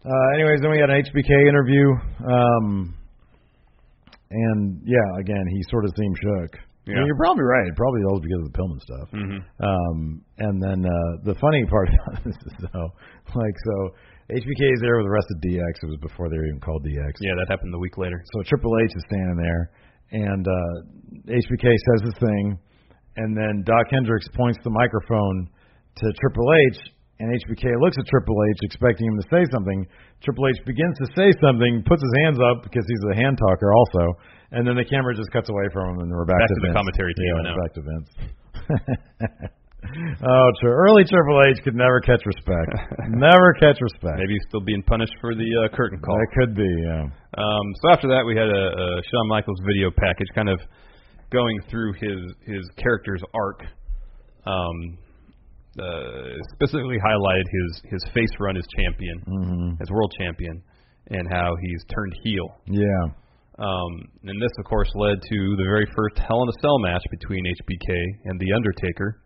S4: Uh, anyways, then we had an HBK interview. Um, and yeah, again, he sort of seemed shook. I mean,
S2: Yeah.
S4: you're probably right. It probably all was because of the Pillman stuff.
S2: Mhm.
S4: Um, and then uh, the funny part about this is though, like, so HBK is there with the rest of DX. It was before they were even called DX.
S2: Yeah, that happened the week later.
S4: So Triple H is standing there, and uh, HBK says his thing, and then Doc Hendricks points the microphone to Triple H, and HBK looks at Triple H, expecting him to say something. Triple H begins to say something, puts his hands up because he's a hand talker also, and then the camera just cuts away from him, and we're back,
S2: Back
S4: to,
S2: to the
S4: Vince.
S2: commentary team,
S4: Yeah,
S2: I
S4: we're
S2: know.
S4: back to Vince. oh, tri- early Triple H could never catch respect. never catch respect.
S2: Maybe he's still being punished for the uh, curtain call.
S4: That could be. Yeah.
S2: Um, so after that, we had a, a Shawn Michaels video package, kind of going through his his character's arc. Um, uh, specifically highlighted his his face run as champion, as world champion, and how he's turned heel.
S4: Yeah.
S2: Um, and this, of course, led to the very first Hell in a Cell match between HBK and The Undertaker.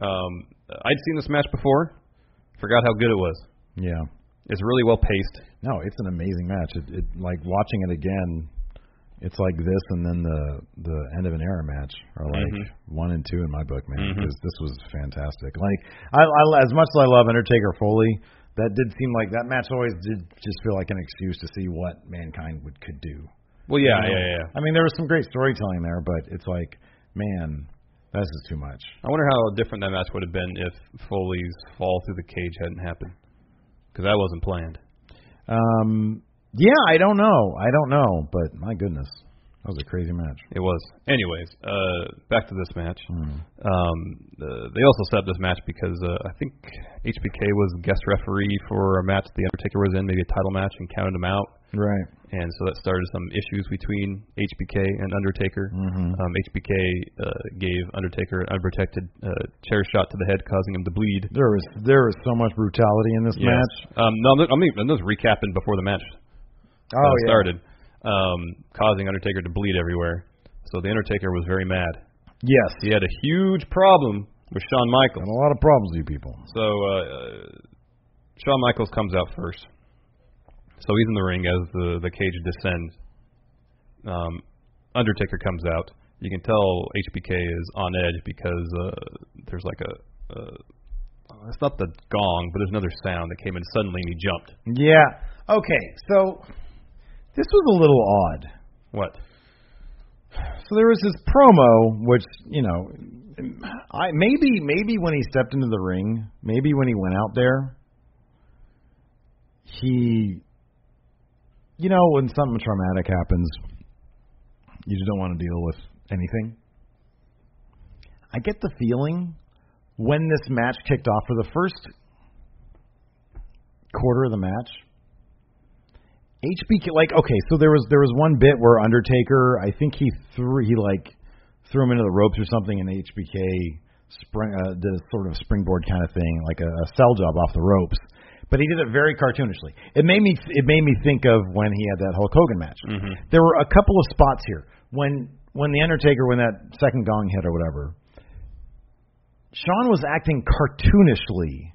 S2: Um, I'd seen this match before, forgot how good it was.
S4: Yeah.
S2: It's really well paced.
S4: No, it's an amazing match. It, it like watching it again. It's like this and then the the end of an era match are like
S2: Mm-hmm.
S4: one and two in my book, man.
S2: Mhm.
S4: Because this was fantastic. Like I, I as much as I love Undertaker Foley, that did seem like that match always did just feel like an excuse to see what mankind would could do.
S2: Well, yeah,
S4: You know?
S2: yeah, yeah, yeah.
S4: I mean, there was some great storytelling there, but it's like, man, that's just too much.
S2: I wonder how different that match would have been if Foley's fall through the cage hadn't happened, because that wasn't planned.
S4: Um, yeah, I don't know. I don't know, but my goodness, that was a crazy match.
S2: It was. Anyways, uh, back to this match.
S4: Hmm.
S2: Um, uh, they also set up this match because uh, I think HBK was guest referee for a match the Undertaker was in, maybe a title match, and counted him out.
S4: Right.
S2: And so that started some issues between HBK and Undertaker.
S4: Mm-hmm.
S2: Um, HBK uh, gave Undertaker an unprotected uh, chair shot to the head, causing him to bleed.
S4: There was there was so much brutality in this
S2: Yes.
S4: match.
S2: Um, no, I'm, I'm just recapping before the match
S4: Oh,
S2: uh,
S4: yeah.
S2: started, um, causing Undertaker to bleed everywhere. So the Undertaker was very mad.
S4: Yes.
S2: He had a huge problem with Shawn
S4: Got
S2: Michaels.
S4: a lot of problems, you people.
S2: So uh, uh, Shawn Michaels comes out first. So he's in the ring as the the cage descends. Um, Undertaker comes out. You can tell HBK is on edge because uh, there's like a uh, it's not the gong, but there's another sound that came in suddenly and he jumped.
S4: Yeah. Okay. So this was a little odd.
S2: What?
S4: So there was this promo, which you know, I maybe maybe when he stepped into the ring, maybe when he went out there, he, you know, when something traumatic happens, you just don't want to deal with anything. I get the feeling when this match kicked off for the first quarter of the match. HBK like okay, so there was there was one bit where Undertaker, I think he threw he like threw him into the ropes or something, and HBK spring uh, did a sort of springboard kind of thing, like a, a cell job off the ropes. But he did it very cartoonishly. It made me it made me think of when he had that Hulk Hogan match. There were a couple of spots here when when the Undertaker when that second gong hit or whatever. Sean was acting cartoonishly.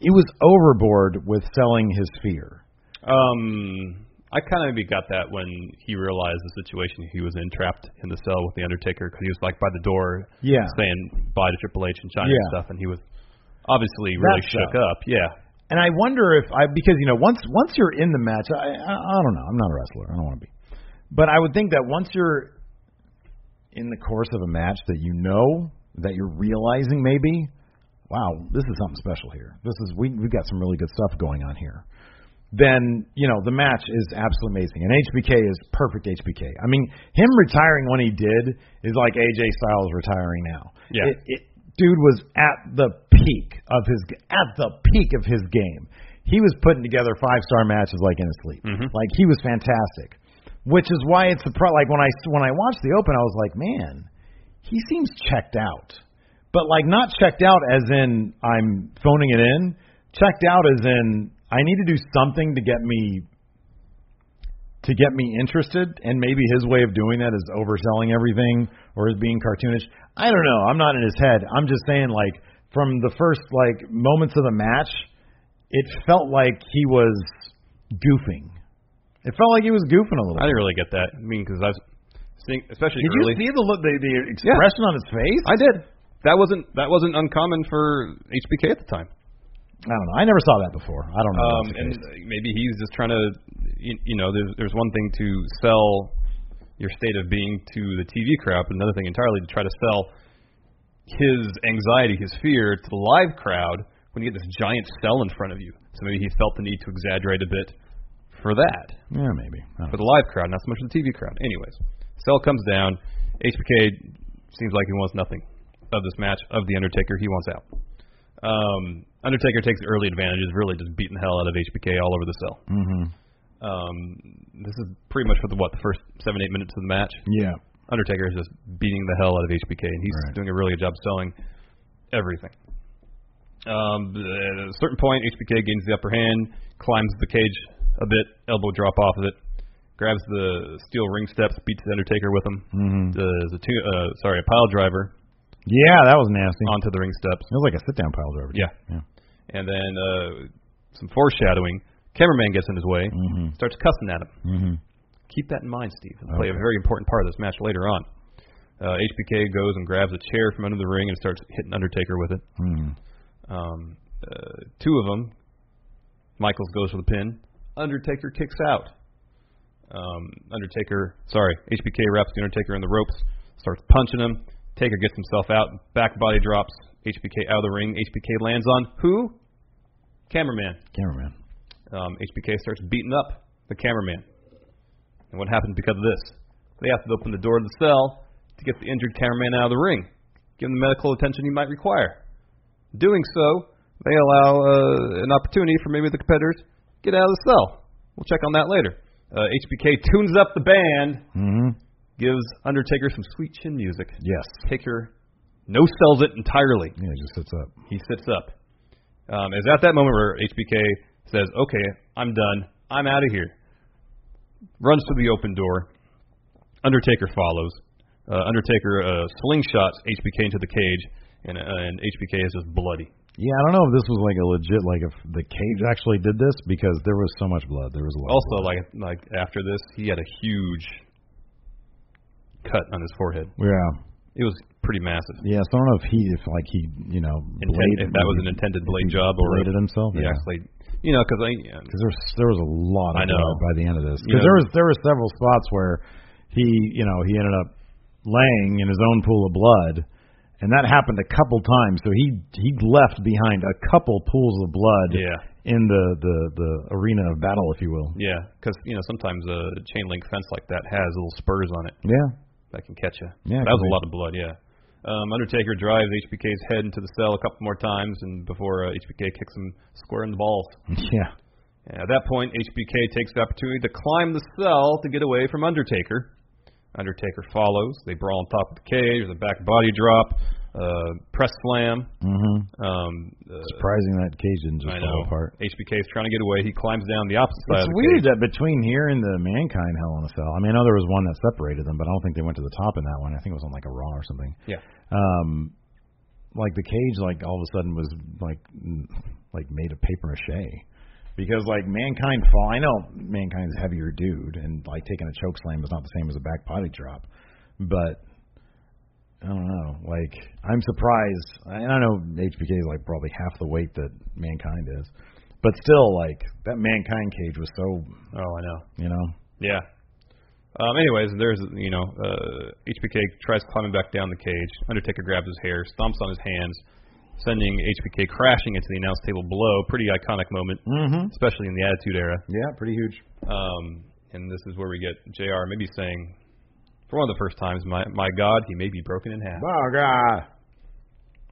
S4: He was overboard with selling his fear.
S2: Um, I kind of maybe got that when he realized the situation he was in, trapped in the cell with the Undertaker, because he was like by the door,
S4: Yeah.
S2: saying bye to Triple H and China and
S4: Yeah.
S2: stuff, and he was obviously really
S4: That
S2: shook
S4: stuff.
S2: up. Yeah,
S4: And I wonder if I because you know once once you're in the match, I I, I don't know. I'm not a wrestler. I don't want to be. But I would think that once you're in the course of a match that you know that you're realizing maybe, wow, this is something special here. This is we we've got some really good stuff going on here. Then you know the match is absolutely amazing, and HBK is perfect. HBK. I mean, him retiring when he did is like AJ Styles retiring now.
S2: Yeah.
S4: It- it, dude was at the peak of his at the peak of his game. He was putting together five star matches like in his sleep. Like he was fantastic, which is why it's the pro- like when I when I watched the Open, I was like, man, he seems checked out, but like not checked out as in I'm phoning it in. Checked out as in I need to do something to get me to get me interested, and maybe his way of doing that is overselling everything or is being cartoonish. I don't know. I'm not in his head. I'm just saying, like from the first like moments of the match, it felt like he was goofing. It felt like he was goofing a little.
S2: I didn't really get that. I mean, because I was think, especially
S4: Did
S2: early.
S4: you see the look, the, the expression on his face?
S2: I did. That wasn't that wasn't uncommon for HBK at the time.
S4: I don't know. I never saw that before. I don't know.
S2: Um,
S4: if that's the
S2: and
S4: case.
S2: maybe he's just trying to, you, you know, there's there's one thing to sell your state of being to the TV crowd, but another thing entirely to try to sell his anxiety, his fear to the live crowd when you get this giant cell in front of you. So maybe he felt the need to exaggerate a bit for that,
S4: yeah, maybe.
S2: Uh-huh. for
S4: I don't know.
S2: the live crowd, not so much the TV crowd. Anyways, cell comes down. HBK seems like he wants nothing of this match of the Undertaker. He wants out. Um, Undertaker takes the early advantages, really just beating the hell out of HBK all over the cell. Mm-hmm. Um, this is pretty much for the what the first seven eight minutes of the match.
S4: Yeah.
S2: Undertaker is just beating the hell out of HBK, and he's
S4: Right.
S2: doing a really good job selling everything. Um, at a certain point, HBK gains the upper hand, climbs the cage a bit, elbow drop off of it, grabs the steel ring steps, beats the Undertaker with him. Does a two, uh, sorry, a pile driver
S4: Yeah, that was nasty.
S2: onto the ring steps.
S4: it was like a sit down pile driver.
S2: Yeah.
S4: Yeah.
S2: And then uh, some foreshadowing. Cameraman gets in his way,
S4: Mm-hmm.
S2: starts cussing at him.
S4: Mhm.
S2: Keep that in mind, Steve. It'll play a
S4: Okay.
S2: very important part of this match later on. Uh, HBK goes and grabs a chair from under the ring and starts hitting Undertaker with it.
S4: Mhm.
S2: Um, uh, two of them. Michaels goes for the pin. Undertaker kicks out. Um, Undertaker, sorry, HBK wraps the Undertaker in the ropes, starts punching him. Taker gets himself out, back body drops HBK out of the ring. HBK lands on who? Cameraman.
S4: Cameraman.
S2: Um, HBK starts beating up the cameraman. And what happens because of this? They have to open the door of the cell to get the injured cameraman out of the ring, give him the medical attention he might require. Doing so, they allow uh, an opportunity for maybe the competitors to get out of the cell. We'll check on that later. Uh, HBK tunes up the band,
S4: Mm-hmm.
S2: gives Undertaker some sweet chin music.
S4: Yes.
S2: Taker no sells it entirely.
S4: Yeah, he just sits up.
S2: He sits up. Um, it's at that moment where HBK says, "Okay, I'm done. I'm out of here." Runs to the open door. Undertaker follows. Uh, Undertaker uh, slingshots HBK into the cage, and, uh, and HBK is just bloody.
S4: Yeah, I don't know if this was like a legit like if the cage actually did this because there was so much blood. There was a lot.
S2: Also,
S4: of blood.
S2: like like after this, he had a huge cut on his forehead.
S4: yeah,
S2: It was pretty massive.
S4: yeah. So I don't know if he if like he you know
S2: Intent-
S4: bladed-
S2: if that was an intended blade
S4: if he
S2: job or a-
S4: bladed himself.
S2: He actually, you know, because I
S4: because there was there was a lot of
S2: I know.
S4: blood by the end of this.
S2: You
S4: Because
S2: know-
S4: there was there were several spots where he you know he ended up laying in his own pool of blood, and that happened a couple times. So he he left behind a couple pools of blood.
S2: Yeah.
S4: In the, the, the arena of battle, if you will.
S2: Yeah, because you know sometimes a chain link fence like that has little spurs on it
S4: Yeah.
S2: that can catch you.
S4: Yeah,
S2: that was a
S4: could be.
S2: lot of blood. Yeah. Um, Undertaker drives HBK's head into the cell a couple more times, and before uh, HBK kicks him square in the balls.
S4: Yeah.
S2: And at that point, HBK takes the opportunity to climb the cell to get away from Undertaker. Undertaker follows. They brawl on top of the cage. There's a back body drop, uh, press slam.
S4: Mm-hmm.
S2: Um, uh,
S4: Surprising that cage didn't just
S2: I know.
S4: fall apart.
S2: HBK is trying to get away. He climbs down the opposite side of
S4: It's
S2: the
S4: weird
S2: cage.
S4: that between here and the Mankind Hell in a Cell, I mean, I know there was one that separated them, but I don't think they went to the top in that one. I think it was on like a Raw or something.
S2: Yeah.
S4: Um, like the cage, like all of a sudden was like n- like made of paper mache. Because like mankind fall, I know mankind's a heavier dude, and like taking a choke slam is not the same as a back body drop, but I don't know. Like I'm surprised, and I know HBK is like probably half the weight that mankind is, but still like that mankind cage was so
S2: Oh, I know.
S4: you know
S2: Yeah. Um, anyways, there's you know uh, HBK tries climbing back down the cage. Undertaker grabs his hair, stomps on his hands, sending HBK crashing into the announce table below. Pretty iconic moment,
S4: mm-hmm.
S2: especially in the Attitude Era.
S4: yeah pretty huge
S2: Um, and this is where we get Jr. maybe saying, for one of the first times, my my God, he may be broken in half.
S4: wow god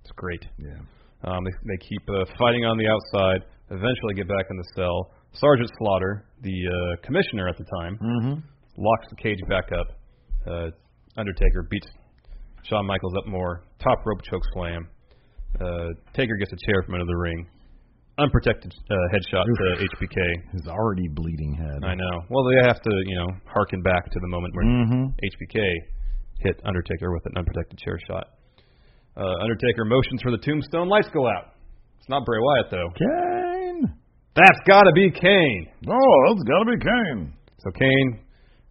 S2: It's great.
S4: yeah
S2: Um, they, they keep uh, fighting on the outside. Eventually, get back in the cell. Sergeant Slaughter, the uh, commissioner at the time,
S4: mm-hmm.
S2: locks the cage back up. Uh, Undertaker beats Shawn Michaels up more. Top rope choke slam. Uh, Taker gets a chair from under the ring. Unprotected uh, headshot to HBK.
S4: his already bleeding head
S2: I know. Well, they have to, you know, harken back to the moment where
S4: mm-hmm.
S2: HBK hit Undertaker with an unprotected chair shot. Uh, Undertaker motions for the tombstone. Lights go out. It's not Bray Wyatt though.
S4: Kane
S2: That's got to be Kane.
S4: oh that's gotta be Kane
S2: So Kane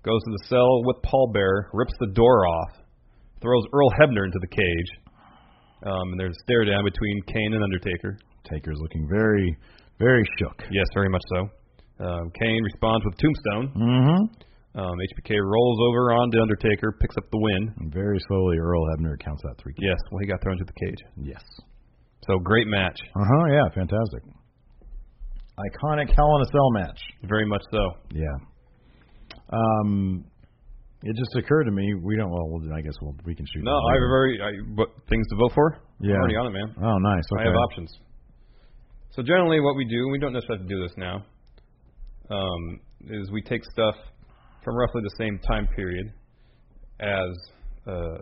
S2: goes to the cell with pallbearer, rips the door off, throws Earl Hebner into the cage, um, and there's a stare down between Kane and Undertaker.
S4: Taker's looking very very shook
S2: Yes, very much so. Um, Kane responds with Tombstone.
S4: mm-hmm.
S2: Um, HBK rolls over onto Undertaker, picks up the win.
S4: and very slowly Earl Hebner counts out three
S2: Yes, well he got thrown into the cage.
S4: yes
S2: So great match,
S4: uh huh yeah fantastic iconic Hell in a Cell match
S2: very much so.
S4: Yeah. Um, it just occurred to me we don't. Well, we'll- I guess we'll we can shoot.
S2: No,
S4: that
S2: I have
S4: later.
S2: very I, what, things to vote for.
S4: Yeah.
S2: I'm already on it, man.
S4: Oh, nice. Okay.
S2: I have options. So generally, what we do, we don't necessarily have to do this now, um, is we take stuff from roughly the same time period as uh,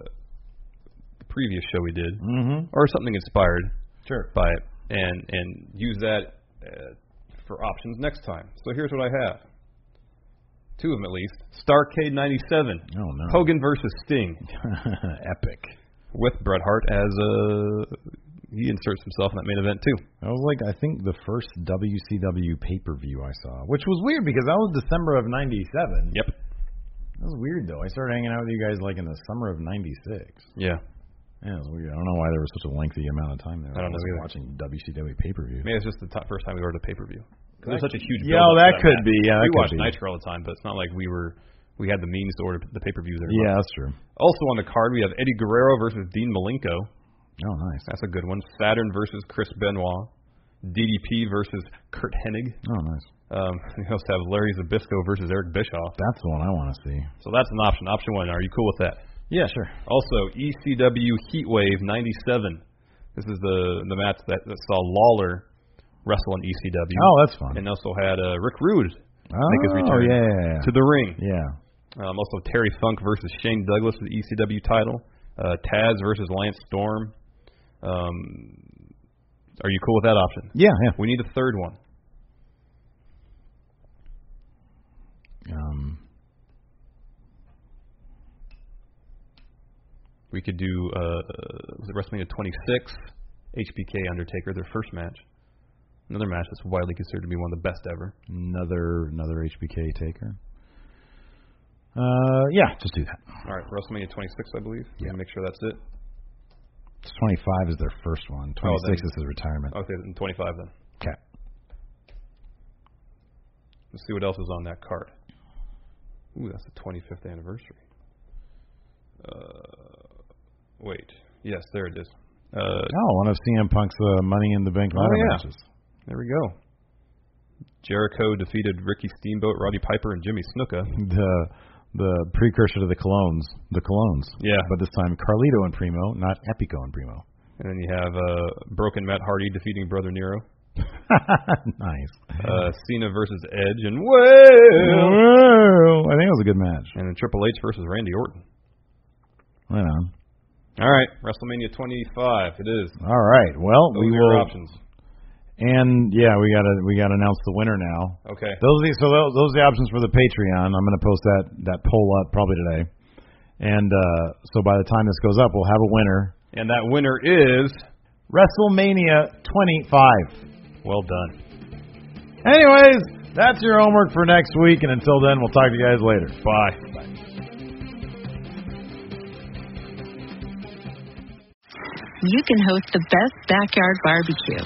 S2: the previous show we did,
S4: Mm-hmm.
S2: or something inspired
S4: Sure.
S2: by it, and and use that uh, for options next time. So here's what I have. Two of them at least. Starcade 97.
S4: Oh no.
S2: Hogan versus Sting
S4: Epic.
S2: with Bret Hart as uh he inserts himself in that main event too.
S4: That was like I think the first WCW pay per view I saw, which was weird because that was December of '97.
S2: Yep.
S4: That was weird though. I started hanging out with you guys like in the summer of '96.
S2: Yeah.
S4: Yeah, it was weird. I don't know why there was such a lengthy amount of time there.
S2: I don't know
S4: was
S2: either.
S4: watching WCW pay per view.
S2: Maybe it's just the top, first time we ordered a pay per view. because it's such a huge.
S4: Yeah,
S2: build-up
S4: that
S2: to
S4: could
S2: match.
S4: be. Yeah, that
S2: we
S4: could
S2: watch
S4: be.
S2: Nitro all the time, but it's not like we were we had the means to order the pay per views.
S4: Yeah, that's true.
S2: Also on the card we have Eddie Guerrero versus Dean Malenko.
S4: Oh, nice.
S2: That's a good one. Saturn versus Chris Benoit. DDP versus Kurt Hennig.
S4: Oh, nice.
S2: Um, we also have Larry Zabisco versus Eric Bischoff.
S4: That's the one I want to see.
S2: So that's an option. Option one. Are you cool with that?
S4: Yeah, sure.
S2: Also, ECW Heatwave '97. This is the the match that, that saw Lawler wrestle in ECW.
S4: Oh, that's fun.
S2: and also had uh, Rick Rude
S4: oh,
S2: make his return
S4: yeah.
S2: to the ring.
S4: yeah.
S2: Um, also, Terry Funk versus Shane Douglas for the ECW title. Uh, Taz versus Lance Storm. Um, are you cool with that option?
S4: Yeah, yeah.
S2: We need a third one.
S4: Um,
S2: We could do uh, was it WrestleMania 26, HBK Undertaker, their first match. Another match that's widely considered to be one of the best ever.
S4: another another HBK taker. Uh, yeah, just do that.
S2: All right, WrestleMania 26, I believe.
S4: Yeah.
S2: Yeah. Make sure that's it.
S4: 25 is their first one.
S2: Oh,
S4: 26 is his retirement.
S2: Okay, then 25 then.
S4: Okay.
S2: Let's see what else is on that card. Ooh, that's the 25th anniversary. Uh, wait. Yes, there it is. Uh,
S4: Oh, one of CM Punk's uh, Money in the Bank ladder
S2: Oh, yeah.
S4: matches.
S2: there we go. Jericho defeated Ricky Steamboat, Roddy Piper, and Jimmy Snuka.
S4: The the precursor to the Colones, the Colones.
S2: Yeah.
S4: But this time Carlito and Primo, not Epico and Primo.
S2: And then you have uh, Broken Matt Hardy defeating Brother Nero.
S4: nice.
S2: Uh, Cena versus Edge, and well.
S4: Whoa, I think it was a good match.
S2: And then Triple H versus Randy Orton.
S4: Right on.
S2: All right, WrestleMania 25. It is.
S4: All right. Well,
S2: Those
S4: we
S2: are your
S4: will.
S2: options.
S4: And yeah, we gotta we gotta announce the winner now.
S2: Okay.
S4: Those are the, so those, those are the options for the Patreon. I'm going to post that that poll up probably today, and uh, so by the time this goes up, we'll have a winner.
S2: And that winner is.
S4: WrestleMania 25.
S2: Well done.
S4: Anyways, that's your homework for next week, and until then, we'll talk to you guys later. Bye.
S5: you can host the best backyard barbecue.